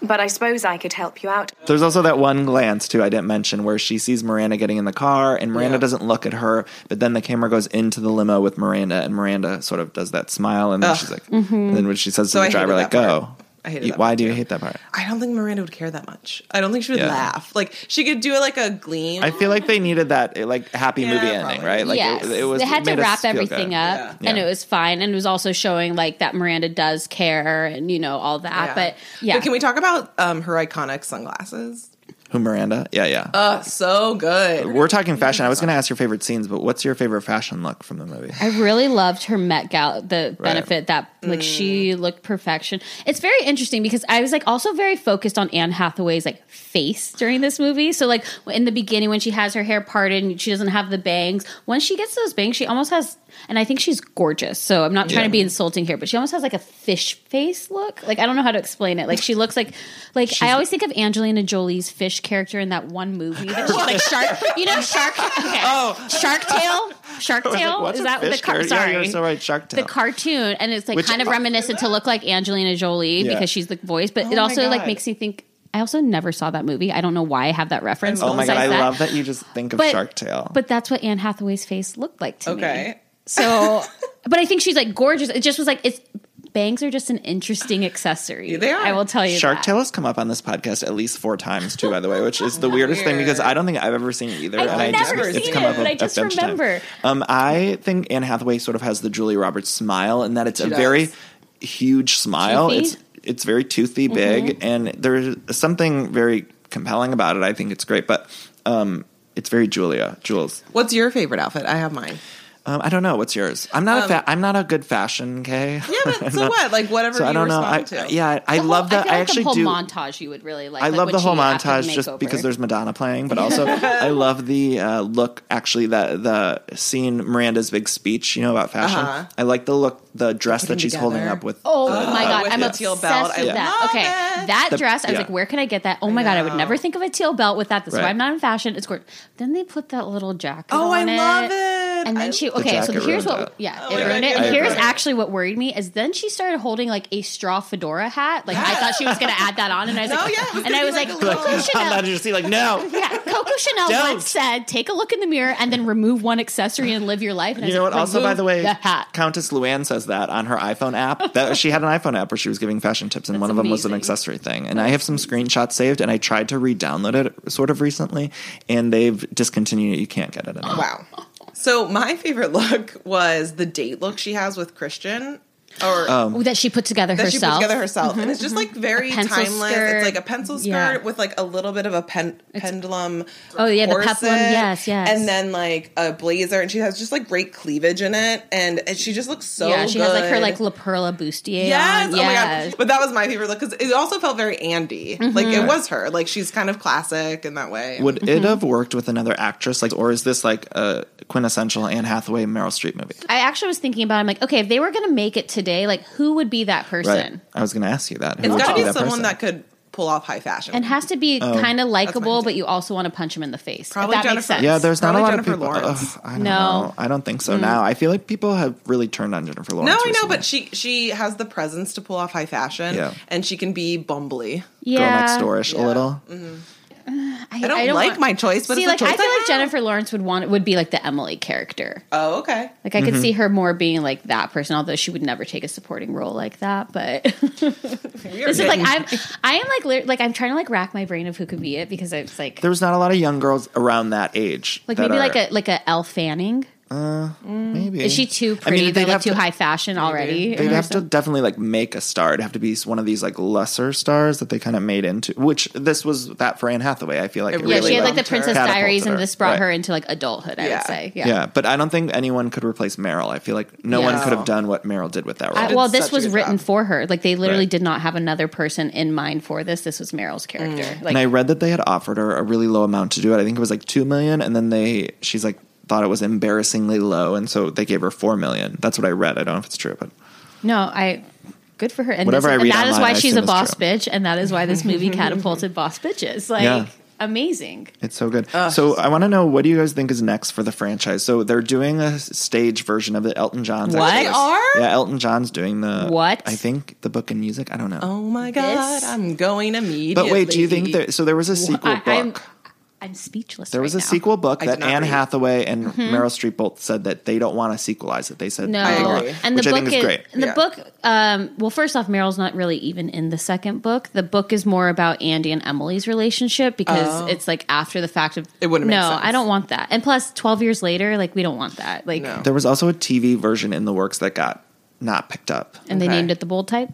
Speaker 9: But I suppose I could help you out.
Speaker 1: There's also that one glance too I didn't mention where she sees Miranda getting in the car and Miranda
Speaker 9: Yeah.
Speaker 1: doesn't look at her, but then the camera goes into the limo with Miranda and Miranda sort of does that smile and then
Speaker 7: Ugh.
Speaker 1: she's like,
Speaker 7: Mhm.
Speaker 1: and then when she says
Speaker 7: So
Speaker 1: to
Speaker 7: I
Speaker 1: the driver
Speaker 7: hated
Speaker 1: like,
Speaker 7: that
Speaker 1: "Go,"
Speaker 7: I hated
Speaker 1: You-
Speaker 7: that
Speaker 1: why do you hate that part?
Speaker 7: I don't think Miranda would care that much. I don't think she would
Speaker 1: Yeah.
Speaker 7: laugh. Like she could do like a gleam.
Speaker 1: I feel like they needed that eh, like happy movie ending, right? Like
Speaker 6: yes.
Speaker 1: it, it was
Speaker 6: they had to
Speaker 1: made us
Speaker 6: wrap
Speaker 1: feel
Speaker 6: everything
Speaker 1: good.
Speaker 6: up,
Speaker 1: Yeah.
Speaker 6: and
Speaker 1: Yeah.
Speaker 6: it was fine, and it was also showing like that Miranda does care, and you know all that. But yeah,
Speaker 7: But can we talk about um, her iconic sunglasses?
Speaker 1: Who Miranda? Yeah, yeah.
Speaker 6: Oh.
Speaker 7: Uh, so good.
Speaker 1: We're talking fashion. I was going to ask your favorite scenes, but what's your favorite fashion look from the movie?
Speaker 6: I really loved her Met Gala, the
Speaker 1: Right. Mm.
Speaker 6: benefit that like she looked perfection. It's very interesting because I was like also very focused on Anne Hathaway's like face during this movie. So like in the beginning when she has her hair parted and she doesn't have the bangs, once she gets those bangs, she almost has, and I think she's gorgeous. So I'm not trying
Speaker 1: Yeah.
Speaker 6: to be insulting here, but she almost has like a fish face look. Like I don't know how to explain it. Like she looks like like I always think of Angelina Jolie's fish character in that one movie that she's like shark. You know shark. Okay.
Speaker 1: Oh.
Speaker 6: Shark Tail. Shark
Speaker 1: I was
Speaker 6: Tail.
Speaker 1: like, what's
Speaker 6: Is
Speaker 1: a
Speaker 6: that what the
Speaker 1: fish
Speaker 6: car-
Speaker 1: character?
Speaker 6: sorry?
Speaker 1: Yeah, you're so right. Shark Tale.
Speaker 6: the cartoon, and it's like
Speaker 1: Which-
Speaker 6: kind of reminiscent to look like Angelina Jolie
Speaker 1: Yeah.
Speaker 6: because she's the voice, but
Speaker 1: Oh
Speaker 6: it
Speaker 1: my
Speaker 6: also like
Speaker 1: God.
Speaker 6: makes me think. I also never saw that movie. I don't know why I have that reference.
Speaker 1: oh my god,
Speaker 6: besides
Speaker 1: I love that you just think of
Speaker 6: But-
Speaker 1: Shark Tale.
Speaker 6: But that's what Anne Hathaway's face looked like to me.
Speaker 1: Okay.
Speaker 6: So, but I think she's like gorgeous. It just was like it's bangs are just an interesting accessory. They are. I will tell you.
Speaker 1: Shark
Speaker 6: that.
Speaker 1: Tale has come up on this podcast at least four times too, by the way, which is the weirdest thing because I don't think I've ever seen it either.
Speaker 6: I've never
Speaker 1: it's
Speaker 6: seen
Speaker 1: come
Speaker 6: it,
Speaker 1: up
Speaker 6: but
Speaker 1: a-
Speaker 6: I
Speaker 1: a
Speaker 6: just
Speaker 1: bunch of times.
Speaker 6: remember.
Speaker 1: Um, I think Anne Hathaway sort of has the Julia Roberts smile, and that it's
Speaker 7: She
Speaker 1: a
Speaker 7: does.
Speaker 1: very huge smile.
Speaker 7: Toothy?
Speaker 1: It's it's very
Speaker 6: Mm-hmm.
Speaker 1: toothy, big, and there's something very compelling about it. I think it's great, but um, it's very Julia Jules.
Speaker 7: What's your favorite outfit? I have mine.
Speaker 1: Um, I don't know what's yours. I'm not a
Speaker 7: Um,
Speaker 1: fa- I'm not a good fashion gay. Yeah,
Speaker 7: but so what? Like, whatever you
Speaker 1: I,
Speaker 7: respond to.
Speaker 1: Yeah, I, I love
Speaker 6: I
Speaker 1: that.
Speaker 6: feel
Speaker 1: I,
Speaker 6: like
Speaker 1: actually
Speaker 6: the whole
Speaker 1: do.
Speaker 6: montage you would really like.
Speaker 1: I
Speaker 6: like
Speaker 1: love
Speaker 6: when
Speaker 1: the whole
Speaker 6: she- after the
Speaker 1: montage just because
Speaker 6: makeover.
Speaker 1: there's Madonna playing, but also I love the uh, look. Actually, that the scene Miranda's big speech, you know about fashion.
Speaker 6: Uh-huh.
Speaker 1: I like the look, the dress
Speaker 6: Putting
Speaker 1: that she's holding
Speaker 6: together.
Speaker 1: up with.
Speaker 6: Oh
Speaker 1: the-
Speaker 6: my god,
Speaker 7: Uh, with
Speaker 6: I'm
Speaker 7: the
Speaker 6: obsessed
Speaker 7: teal
Speaker 6: with
Speaker 7: belt. I
Speaker 6: that. Okay, that
Speaker 1: The-
Speaker 6: dress. I was
Speaker 1: yeah.
Speaker 6: like, where can I get that? Oh my god, I would never think of a teal belt without this. is Why
Speaker 1: Right.
Speaker 6: I'm not in fashion? It's gorgeous. Then they put that little jacket.
Speaker 7: Oh, I
Speaker 6: on
Speaker 7: love
Speaker 6: And then she.
Speaker 7: The
Speaker 6: Okay, so
Speaker 1: jacket
Speaker 6: here's
Speaker 1: ruined
Speaker 6: what.
Speaker 1: that.
Speaker 6: Yeah,
Speaker 1: Oh
Speaker 6: it
Speaker 1: my
Speaker 6: ruined
Speaker 1: God,
Speaker 6: it.
Speaker 1: I
Speaker 6: And here's
Speaker 1: agree.
Speaker 6: actually what worried me is then she started holding like a straw fedora hat. Like I thought she was gonna add that on, and I was
Speaker 7: No,
Speaker 6: like,
Speaker 7: yeah, it was
Speaker 6: and
Speaker 7: gonna
Speaker 6: I
Speaker 7: be
Speaker 6: was like,
Speaker 7: like a
Speaker 6: Coco
Speaker 1: I'm
Speaker 6: Chanel.
Speaker 1: not just like no.
Speaker 6: Yeah, Coco Chanel
Speaker 1: Don't.
Speaker 6: once said, "Take a look in the mirror and then remove one accessory and live your life." And I
Speaker 1: You
Speaker 6: was
Speaker 1: know
Speaker 6: like,
Speaker 1: what? Also, by
Speaker 6: "Remove
Speaker 1: the way,
Speaker 6: the hat.
Speaker 1: Countess Luann says that on her iPhone app. That she had an iPhone app where she was giving fashion tips, and one of them was an accessory thing. And I have some screenshots saved, and I tried to re-download it sort of recently, and they've discontinued it. You can't get it anymore.
Speaker 7: Wow. So my favorite look was the date look she has with Christian. Or
Speaker 1: Um,
Speaker 6: Oh, that she put together
Speaker 7: that she
Speaker 6: herself.
Speaker 7: put together herself,
Speaker 6: Mhm,
Speaker 7: and it's just
Speaker 6: mhm.
Speaker 7: like very
Speaker 6: A pencil
Speaker 7: timeless.
Speaker 6: skirt.
Speaker 7: It's like a pencil skirt
Speaker 6: Yeah.
Speaker 7: with like a little bit of a pen, pendulum.
Speaker 6: Oh, yeah, the
Speaker 7: corset,
Speaker 6: peplum, yes, yes.
Speaker 7: and then like a blazer, and she has just like great cleavage in it, and, and she just looks so.
Speaker 6: yeah, she has like her
Speaker 7: good.
Speaker 6: like La Perla bustier.
Speaker 7: Yes,
Speaker 6: on.
Speaker 7: oh my
Speaker 6: yes. Mm-hmm.
Speaker 7: god! But that was my favorite look because it also felt very Andy. Like it
Speaker 1: Mhm.
Speaker 7: was her. Like she's kind of classic in that way.
Speaker 1: Would it have worked with another actress, like, or is this like a quintessential Anne Hathaway Meryl Streep movie?
Speaker 6: I actually was thinking about. it. I'm like, okay, if they were going to make it today, like who would be that person?
Speaker 1: Right. I was going to ask you that.
Speaker 6: It's
Speaker 1: would
Speaker 6: gotta be
Speaker 1: that
Speaker 6: someone
Speaker 7: that could pull off high fashion.
Speaker 6: And has to be
Speaker 1: Oh.
Speaker 6: kind of
Speaker 1: That's
Speaker 6: likable, but you also want to punch him in the face. Probably if that makes sense.
Speaker 1: Yeah, there's not a lot of people. Ugh, I don't
Speaker 6: No.
Speaker 1: know. I don't think so
Speaker 6: Mm.
Speaker 1: now. I feel like people have really turned on Jennifer Lawrence.
Speaker 7: No, I know,
Speaker 1: recently.
Speaker 7: but she she has the presence to pull off high fashion,
Speaker 1: Yeah.
Speaker 7: and she can be bumbly,
Speaker 1: girl next doorish a little.
Speaker 7: I don't like my choice, but
Speaker 6: see,
Speaker 7: it's
Speaker 6: like
Speaker 7: a
Speaker 6: I
Speaker 7: choice
Speaker 6: feel
Speaker 7: I
Speaker 6: like Jennifer Lawrence would want would be like the Emily character.
Speaker 7: Oh, okay.
Speaker 6: Like I could
Speaker 1: Mhm.
Speaker 6: see her more being like that person, although she would never take a supporting role like that. But this is like I'm, I am like lit- like I'm trying to like rack my brain of who could be it because I was like
Speaker 1: There was not a lot of young girls around that age.
Speaker 6: like
Speaker 1: that
Speaker 6: maybe
Speaker 1: are-
Speaker 6: like a like a Elle Fanning.
Speaker 1: Uh, maybe
Speaker 6: Is she too
Speaker 1: I mean,
Speaker 6: pretty?
Speaker 1: they'd
Speaker 6: They're like
Speaker 1: have
Speaker 6: too
Speaker 1: to-
Speaker 6: high fashion already.
Speaker 1: They'd have to definitely like make a star. It'd have to be one of these like lesser stars that they kind of made into. Which this was that for Anne Hathaway. I feel like it
Speaker 6: yeah,
Speaker 1: really,
Speaker 6: she had like the Princess
Speaker 1: catapulted
Speaker 6: Diaries, and
Speaker 1: her.
Speaker 6: this brought
Speaker 1: Right.
Speaker 6: her into like adulthood. I would say,
Speaker 1: Yeah. but I don't think anyone could replace Meryl. I feel like no
Speaker 6: Yeah.
Speaker 1: one could have done what Meryl did with that role.
Speaker 6: I- Uh, well, this was written for her. Like they literally
Speaker 1: Right. Mm.
Speaker 6: did not have another person in mind for this. This was Meryl's character. Like
Speaker 1: and I read that they had offered her a really low amount to do it. I think it was like two million, and then they she's like thought it was embarrassingly low, and so they gave her four million. That's what I read. I don't know if it's true, but
Speaker 6: no, I good for her. And,
Speaker 1: Whatever
Speaker 6: this-
Speaker 1: I
Speaker 6: and
Speaker 1: read
Speaker 6: that is
Speaker 1: online,
Speaker 6: why
Speaker 1: I
Speaker 6: she's
Speaker 1: assume
Speaker 6: a
Speaker 1: it's
Speaker 6: boss
Speaker 1: true.
Speaker 6: bitch, and that is why this movie catapulted boss bitches. Like
Speaker 1: Yeah.
Speaker 6: amazing.
Speaker 1: it's so good. so I want to know what do you guys think is next for the franchise? So they're doing a stage version of the Elton John's.
Speaker 6: What? They
Speaker 1: Exodus.
Speaker 7: are?
Speaker 1: Yeah, Elton John's doing the
Speaker 7: What?
Speaker 1: I think the book and music. I don't know.
Speaker 7: Oh my god, I'm going immediately.
Speaker 1: but wait, do you think there? So there was a sequel book.
Speaker 6: I'm I'm speechless.
Speaker 1: There was
Speaker 6: right
Speaker 1: a
Speaker 6: now.
Speaker 1: sequel book
Speaker 6: I
Speaker 1: that
Speaker 6: did not
Speaker 1: Anne
Speaker 6: read.
Speaker 1: Hathaway and
Speaker 6: Mhm.
Speaker 1: Meryl Streep both said that they don't want to sequelize it. They said
Speaker 6: No,
Speaker 1: they want-
Speaker 6: and the
Speaker 1: which
Speaker 6: book
Speaker 1: I think is, great.
Speaker 6: The book, um, well, first off, Meryl's not really even in the second book. The book is more about Andy and Emily's relationship because
Speaker 7: Oh.
Speaker 6: it's like after the fact of
Speaker 7: It wouldn't
Speaker 6: No,
Speaker 7: make sense.
Speaker 6: I don't want that. And plus, twelve years later, like we don't want that. Like,
Speaker 1: There was also a TV version in the works that got not picked up.
Speaker 6: and they named it the bold type.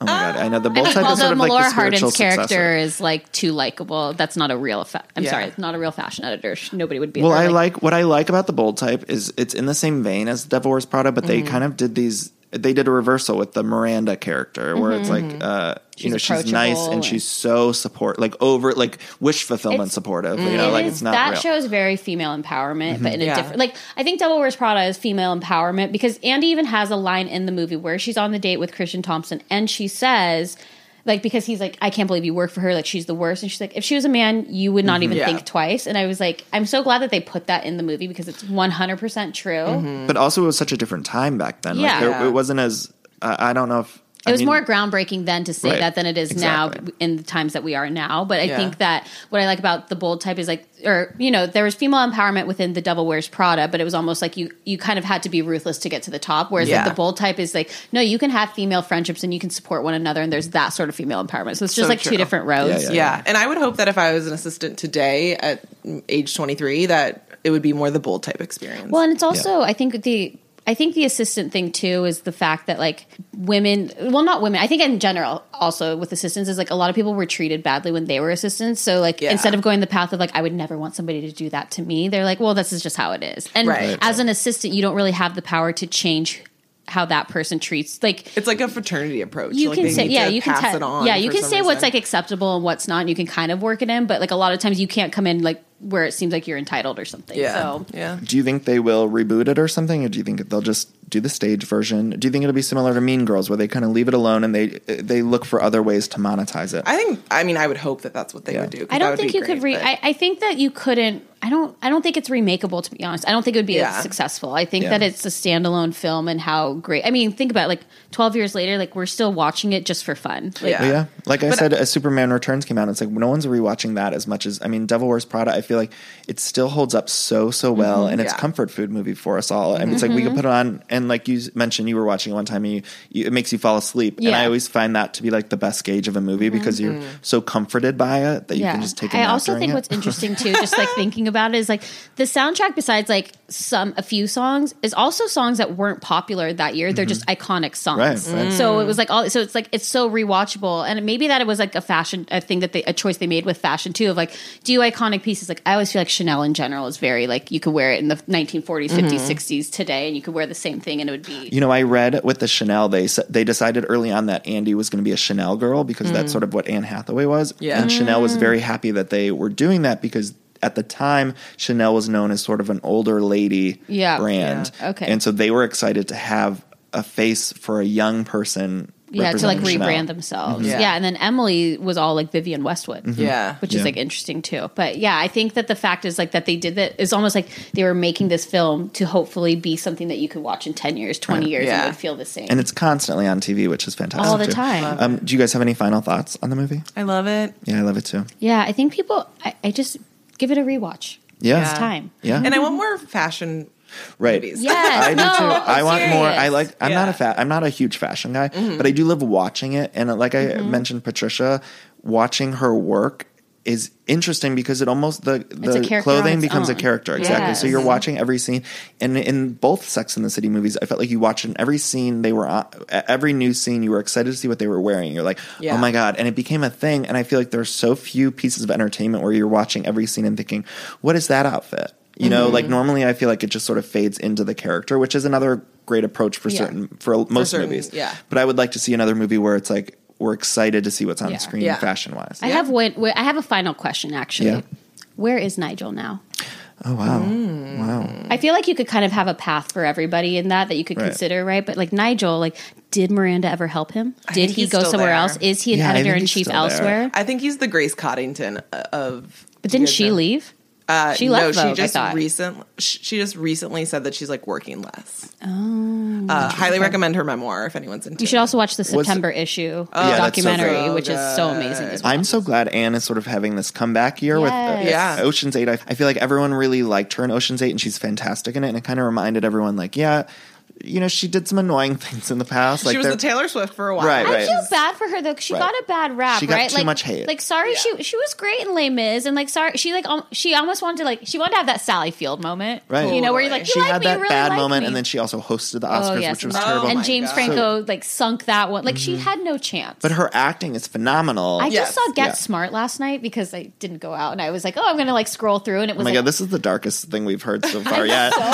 Speaker 1: Oh my god! I know the
Speaker 6: Ah.
Speaker 1: bold
Speaker 6: I think
Speaker 1: type is sort
Speaker 6: although
Speaker 1: of like
Speaker 6: Melora
Speaker 1: the spiritual
Speaker 6: Hardin's character
Speaker 1: successor.
Speaker 6: is like too likable, that's not a real effect. I'm
Speaker 1: Yeah.
Speaker 6: sorry, it's not a real fashion editor. Sh- Nobody would be.
Speaker 1: Well,
Speaker 6: there,
Speaker 1: I
Speaker 6: like,
Speaker 1: like what I like about the bold type is it's in the same vein as Devil Wears Prada, but they
Speaker 6: Mhm.
Speaker 1: kind of did these. They did a reversal with the Miranda character, where it's like,
Speaker 6: Mhm.
Speaker 1: uh, you
Speaker 6: She's
Speaker 1: know, she's nice
Speaker 6: approachable
Speaker 1: and
Speaker 6: and-
Speaker 1: she's so support, like over, like wish fulfillment supportive. You know,
Speaker 6: It
Speaker 1: like
Speaker 6: is-
Speaker 1: it's not
Speaker 6: Mm-hmm. that
Speaker 1: real.
Speaker 6: show is very female empowerment, but
Speaker 1: Mhm.
Speaker 6: in a
Speaker 1: Yeah.
Speaker 6: different like I think Devil Wears Prada is female empowerment because Andy even has a line in the movie where she's on the date with Christian Thompson and she says like because he's like I can't believe you work for her like she's the worst and she's like if she was a man you would not
Speaker 1: Mhm.
Speaker 6: even
Speaker 1: Yeah.
Speaker 6: think twice and I was like I'm so glad that they put that in the movie because it's 100% true.
Speaker 1: But also, it was such a different time back then.
Speaker 6: Yeah.
Speaker 1: Like, there,
Speaker 6: Yeah.
Speaker 1: it wasn't as I I don't know if
Speaker 6: It
Speaker 1: I
Speaker 6: was
Speaker 1: mean,
Speaker 6: more groundbreaking then to say
Speaker 1: Right.
Speaker 6: that than it is now in the times that we are now. But I
Speaker 1: Yeah.
Speaker 6: think that what I like about the bold type is like, or you know, there was female empowerment within the Devil Wears Prada, but it was almost like you you kind of had to be ruthless to get to the top. Whereas
Speaker 7: Yeah.
Speaker 6: like the bold type is like, no, you can have female friendships and you can support one another, and there's that sort of female empowerment. So it's just
Speaker 7: So
Speaker 6: like
Speaker 7: true.
Speaker 6: two different roads.
Speaker 7: Yeah, and I would hope that if I was an assistant today at age 23, that it would be more the bold type experience.
Speaker 6: Well, and it's also I think the I think the assistant thing too is the fact that like women, well, not women. I think in general, also with assistants, is like a lot of people were treated badly when they were assistants. So like
Speaker 7: Yeah.
Speaker 6: instead of going the path of like I would never want somebody to do that to me, they're like, well, this is just how it is. And
Speaker 7: Right.
Speaker 6: as an assistant, you don't really have the power to change how that person treats like
Speaker 7: it's like a fraternity approach.
Speaker 6: you
Speaker 7: Like,
Speaker 6: can
Speaker 7: they
Speaker 6: say
Speaker 7: need
Speaker 6: yeah
Speaker 7: to
Speaker 6: you can
Speaker 7: pass
Speaker 6: te-
Speaker 7: it on
Speaker 6: yeah you
Speaker 7: for
Speaker 6: can
Speaker 7: some
Speaker 6: say what's
Speaker 7: reason.
Speaker 6: like acceptable and what's not and you can kind of work it in but like a lot of times you can't come in like where it seems like you're entitled or something
Speaker 7: Yeah.
Speaker 6: so
Speaker 7: yeah
Speaker 1: Do you think they will reboot it or something, or do you think they'll just do the stage version? Do you think it'll be similar to Mean Girls, where they kind of leave it alone and they they look for other ways to monetize it?
Speaker 7: I think, I mean, I would hope that that's what they would do. 'cause
Speaker 6: I
Speaker 7: that
Speaker 6: don't
Speaker 7: would
Speaker 6: think
Speaker 7: be
Speaker 6: you could
Speaker 7: great,
Speaker 6: re.
Speaker 7: but-
Speaker 6: I, I think that you couldn't. I don't. I don't think it's remakeable. To be honest, I don't think it would be
Speaker 7: Yeah.
Speaker 6: as successful. I think
Speaker 7: Yeah.
Speaker 6: that it's a standalone film and how great. I mean, think about it, like twelve years later. Like we're still watching it just for fun. Like,
Speaker 1: But yeah. Like I
Speaker 6: But-
Speaker 1: said, as Superman Returns came out, it's like no one's rewatching that as much as I mean, Devil Wears Prada. I feel like it still holds up so so well,
Speaker 6: Mm-hmm.
Speaker 11: Mhm.
Speaker 1: and it's
Speaker 11: Yeah.
Speaker 1: comfort food movie for us all. I mean, it's like we
Speaker 11: Mhm.
Speaker 1: could put it on, and like you s- mentioned, you were watching it one time, and you, you it makes you fall asleep. And
Speaker 6: Yeah.
Speaker 1: I always find that to be like the best gauge of a movie because you're
Speaker 6: Mhm.
Speaker 1: so comforted by it that you can just take. I
Speaker 6: I also think what's interesting too, just like thinking about it, is like the soundtrack. Besides like some a few songs, is also songs that weren't popular that year. They're just iconic songs.
Speaker 1: Mm-hmm. Right, right.
Speaker 6: So it was like all. So it's like it's so rewatchable, and maybe that it was like a fashion a thing that they a choice they made with fashion too of like do iconic pieces. Like I always feel like Chanel in general is very like you could wear it in the 1940s, 50s,
Speaker 1: Mhm.
Speaker 6: 60s today, and you could wear the same thing and it would be
Speaker 1: You know, I read with the Chanel, they s- they decided early on that Andy was going to be a Chanel girl because that's
Speaker 6: Mm.
Speaker 1: sort of what Anne Hathaway was.
Speaker 6: Yeah.
Speaker 1: And Chanel was
Speaker 6: Mm.
Speaker 1: very happy that they were doing that because at the time, Chanel was known as sort of an older lady
Speaker 6: Yeah.
Speaker 1: brand.
Speaker 6: Yeah. Okay.
Speaker 1: And so they were excited to have a face for a young person.
Speaker 6: yeah, to like
Speaker 1: representing Chanel.
Speaker 6: rebrand themselves.
Speaker 1: Mhm.
Speaker 6: Yeah. and then Emily was all like Vivian Westwood.
Speaker 1: Mhm. Yeah.
Speaker 6: which is
Speaker 1: Yeah.
Speaker 6: like interesting too. But yeah, I think that the fact is like that they did that is almost like they were making this film to hopefully be something that you could watch in ten years, twenty
Speaker 1: Right.
Speaker 6: years,
Speaker 1: Yeah.
Speaker 6: and would feel the same.
Speaker 1: And it's constantly on TV, which is fantastic.
Speaker 6: All the
Speaker 1: too.
Speaker 6: time.
Speaker 1: Um, do you guys have any final thoughts on the movie?
Speaker 7: I love it.
Speaker 1: Yeah, I love it too.
Speaker 6: Yeah, I think people. I, I just give it a rewatch.
Speaker 1: Yeah.
Speaker 6: it's time.
Speaker 1: Yeah.
Speaker 7: And I want more fashion.
Speaker 1: Right.
Speaker 6: Yes,
Speaker 1: I do
Speaker 6: no,
Speaker 1: too.
Speaker 6: I'm
Speaker 1: I want more.
Speaker 6: serious.
Speaker 1: I like. I'm not a fat. I'm not a huge fashion guy,
Speaker 6: Mhm.
Speaker 1: but I do love watching it. And like I
Speaker 6: Mhm.
Speaker 1: mentioned, Patricia, watching her work is interesting because it almost the
Speaker 6: a
Speaker 1: the
Speaker 6: character on
Speaker 1: clothing
Speaker 6: its
Speaker 1: becomes
Speaker 6: own.
Speaker 1: a character exactly. So you're
Speaker 6: Yes. Mm-hmm.
Speaker 1: watching every scene, and in both Sex and the City movies, I felt like you watched in every scene they were on, e-, every new scene you were excited to see what they were wearing. You're like,
Speaker 12: Yeah.
Speaker 1: oh my god, and it became a thing. And I feel like there's so few pieces of entertainment where you're watching every scene and thinking, what is that outfit? You know,
Speaker 12: Mhm.
Speaker 1: like normally I feel like it just sort of fades into the character, which is another great approach for
Speaker 12: Yeah.
Speaker 1: certain for most
Speaker 12: certain-
Speaker 1: movies.
Speaker 12: yeah.
Speaker 1: But I would like to see another movie where it's like we're excited to see what's on
Speaker 6: Yeah.
Speaker 1: screen
Speaker 6: Yeah.
Speaker 1: fashion wise.
Speaker 6: I have one. wait, I have a final question actually.
Speaker 1: Yeah.
Speaker 6: Where is Nigel now?
Speaker 1: Oh wow. Wow.
Speaker 6: I feel like you could kind of have a path for everybody in that that you could
Speaker 1: Right.
Speaker 6: consider, right? But like Nigel, like did Miranda ever help him? Did he go somewhere else? Is he an editor in chief elsewhere?
Speaker 7: I think he's the Grace Coddington uh, of.
Speaker 6: But didn't she leave?
Speaker 7: Uh,
Speaker 6: She
Speaker 7: no,
Speaker 6: left
Speaker 7: she
Speaker 6: Vogue, I
Speaker 7: just
Speaker 6: thought.
Speaker 7: recently. She just recently said that she's like working less.
Speaker 6: Oh,
Speaker 7: Uh, highly
Speaker 6: Okay.
Speaker 7: recommend her memoir if anyone's into.
Speaker 6: You should also watch the
Speaker 1: Was-
Speaker 6: September issue
Speaker 1: Oh, that's so
Speaker 6: documentary,
Speaker 1: great.
Speaker 6: which is so amazing. As well.
Speaker 1: I'm so glad Anne is sort of having this comeback year with uh,
Speaker 6: Yes. Yeah.
Speaker 1: Ocean's Eight. I, I feel like everyone really liked her in Ocean's Eight, and she's fantastic in it. And it kind of reminded everyone, like, yeah, you know, she did some annoying things in the past. Like
Speaker 7: she was the
Speaker 1: they're-
Speaker 7: Taylor Swift for a while.
Speaker 1: Right,
Speaker 6: I
Speaker 1: right.
Speaker 6: feel bad for her though. 'cause She
Speaker 1: Right.
Speaker 6: got a bad rap,
Speaker 1: She got
Speaker 6: right?
Speaker 1: too
Speaker 6: like,
Speaker 1: much hate.
Speaker 6: Like, sorry, she she was great in Les Mis, and like, sorry, she like um, she almost wanted to like she wanted to have that Sally Field moment,
Speaker 1: Right.
Speaker 6: You know, where you're like, you
Speaker 1: she
Speaker 6: like
Speaker 1: had
Speaker 6: me,
Speaker 1: that
Speaker 6: you really
Speaker 1: bad
Speaker 6: like
Speaker 1: moment,
Speaker 6: me.
Speaker 1: and then she also hosted the Oscars, which was
Speaker 6: and,
Speaker 1: terrible. Oh
Speaker 6: And James
Speaker 1: So-
Speaker 6: Franco like sunk that one. Like she had no chance.
Speaker 1: Mm-hmm. but her acting is phenomenal.
Speaker 6: I just saw Get
Speaker 1: Yeah.
Speaker 6: Smart last night because I didn't go out, and I was like, oh, I'm gonna like scroll through, and it
Speaker 1: Oh
Speaker 6: was
Speaker 1: my
Speaker 6: like,
Speaker 1: god, this is the darkest thing we've heard so far yet.
Speaker 6: so sorry,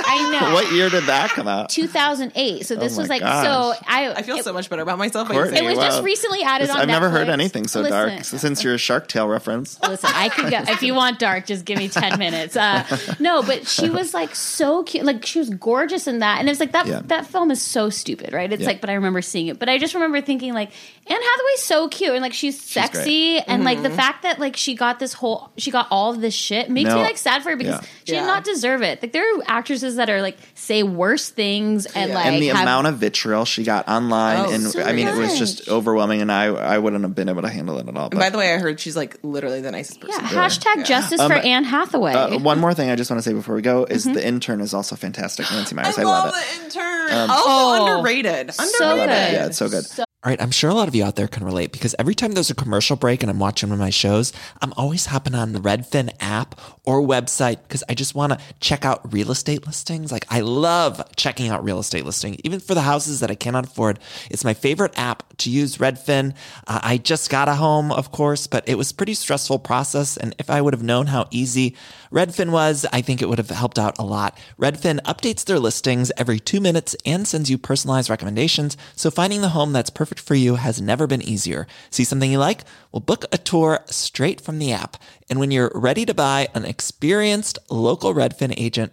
Speaker 6: I know.
Speaker 1: what year did that come out?
Speaker 6: 2008. So
Speaker 1: Oh
Speaker 6: this
Speaker 1: my
Speaker 6: was like
Speaker 1: gosh.
Speaker 6: so. I
Speaker 7: I feel so much better about myself. by
Speaker 1: Courtney,
Speaker 7: saying
Speaker 6: It was just
Speaker 1: wow.
Speaker 6: recently added
Speaker 1: This-
Speaker 6: on
Speaker 1: I've never heard
Speaker 6: Netflix.
Speaker 1: anything so
Speaker 6: Listen.
Speaker 1: dark since your Shark Tale reference.
Speaker 6: Listen, I could go if you want dark, just give me ten minutes. Uh, no, but she was like so cute, like she was gorgeous in that, and it's like that
Speaker 1: Yeah.
Speaker 6: that film is so stupid, right? It's
Speaker 1: Yeah.
Speaker 6: like, but I remember seeing it, but I just remember thinking like Anne Hathaway's so cute, and like she's sexy,
Speaker 1: great.
Speaker 6: and like the
Speaker 1: Mhm.
Speaker 6: fact that like she got this whole, she got all of this shit makes
Speaker 1: No.
Speaker 6: me like sad for her because
Speaker 1: Yeah.
Speaker 6: she
Speaker 1: Yeah.
Speaker 6: did not deserve it. Like there are actresses that are like say worse things and like
Speaker 1: and the
Speaker 6: have-
Speaker 1: amount of vitriol she got online,
Speaker 6: Oh,
Speaker 1: and
Speaker 6: so
Speaker 1: I mean, it was just overwhelming, and I I wouldn't have been able to handle it at all.
Speaker 7: And by the way, I heard she's like literally the nicest person.
Speaker 6: hashtag justice
Speaker 1: Um,
Speaker 6: for Anne Hathaway.
Speaker 1: Uh, one more thing I just want to say before we go is
Speaker 6: Mhm.
Speaker 1: the intern is also fantastic. Nancy Myers, I, love, it.
Speaker 7: Intern.
Speaker 1: Um,
Speaker 7: also
Speaker 6: Oh.
Speaker 7: underrated. Underrated.
Speaker 6: So good.
Speaker 1: Yeah, it's so good.
Speaker 12: All right, I'm sure a lot of you out there can relate because every time there's a commercial break and I'm watching one of my shows, I'm always hopping on the Redfin app or website because I just want to check out real estate listings. Like I love checking out real estate listing, even for the houses that I cannot afford. It's my favorite app to use, Redfin. Uh, I just got a home, of course, but it was a pretty stressful process. And if I would have known how easy Redfin was, I think it would have helped out a lot. Redfin updates their listings every two minutes and sends you personalized recommendations, so finding the home that's perfect for you has never been easier. See something you like? Well, book a tour straight from the app. And when you're ready to buy, an experienced local Redfin agent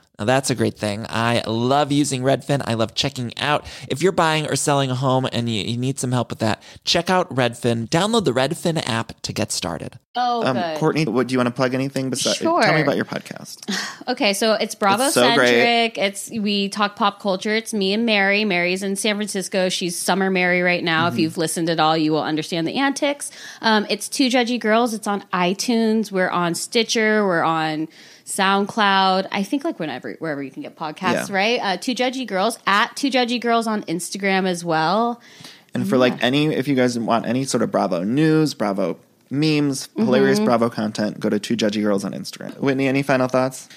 Speaker 12: Now that's a great thing. I love using Redfin. I love checking out. If you're buying or selling a home and you, you need some help with that, check out Redfin. Download the Redfin app to get started.
Speaker 6: Oh, good.
Speaker 1: Um, Courtney, what do you want to plug anything besides? Tell me
Speaker 6: Sure.
Speaker 1: about your podcast.
Speaker 6: Okay, so it's Bravo
Speaker 1: It's so
Speaker 6: centric.
Speaker 1: great.
Speaker 6: It's we talk pop culture. It's me and Mary. Mary's in San Francisco. She's summer Mary right now. If
Speaker 13: Mhm.
Speaker 6: you've listened at all, you will understand the antics. Um, it's two judgy girls. It's on iTunes. We're on Stitcher. We're on SoundCloud. I think like whenever wherever you can get podcasts,
Speaker 1: Yeah.
Speaker 6: right? Uh, two judgy girls at two judgy girls on Instagram as well.
Speaker 1: And for like any, if you guys want any sort of Bravo news, Bravo
Speaker 7: memes, hilarious
Speaker 6: Mhm.
Speaker 7: Bravo content, go to Two Judgy Girls on Instagram. Whitney, any final thoughts?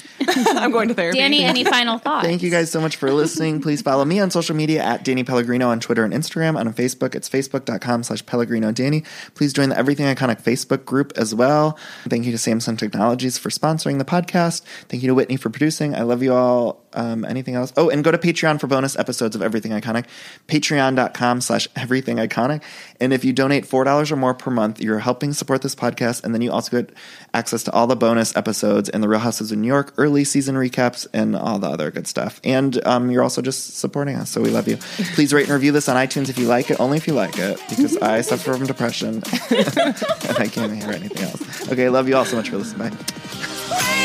Speaker 14: I'm going to therapy.
Speaker 6: Danny, any final thoughts?
Speaker 7: Thank you guys so much for listening. Please follow me on social media at Danny Pellegrino on Twitter and Instagram. And on Facebook, it's facebook.com slash Pellegrino Danny. Please join the Everything Iconic Facebook group as well. Thank you to Samsung Technologies for sponsoring the podcast. Thank you to Whitney for producing. I love you all. Um, anything else? Oh, and go to Patreon for bonus episodes of Everything Iconic. Patreon.com slash Everything Iconic. And if you donate $4 or more per month, you're helping support this podcast. And then you also get access to all the bonus episodes and the Real Houses of New York early season recaps and all the other good stuff. And um, you're also just supporting us. So we love you. Please rate and review this on iTunes if you like it, only if you like it, because I suffer from depression and I can't hear anything else. Okay, love you all so much for listening. Bye.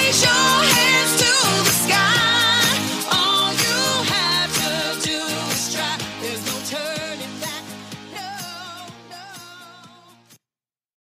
Speaker 2: Raise your hands to the sky. All you have to do is try. There's no turning back.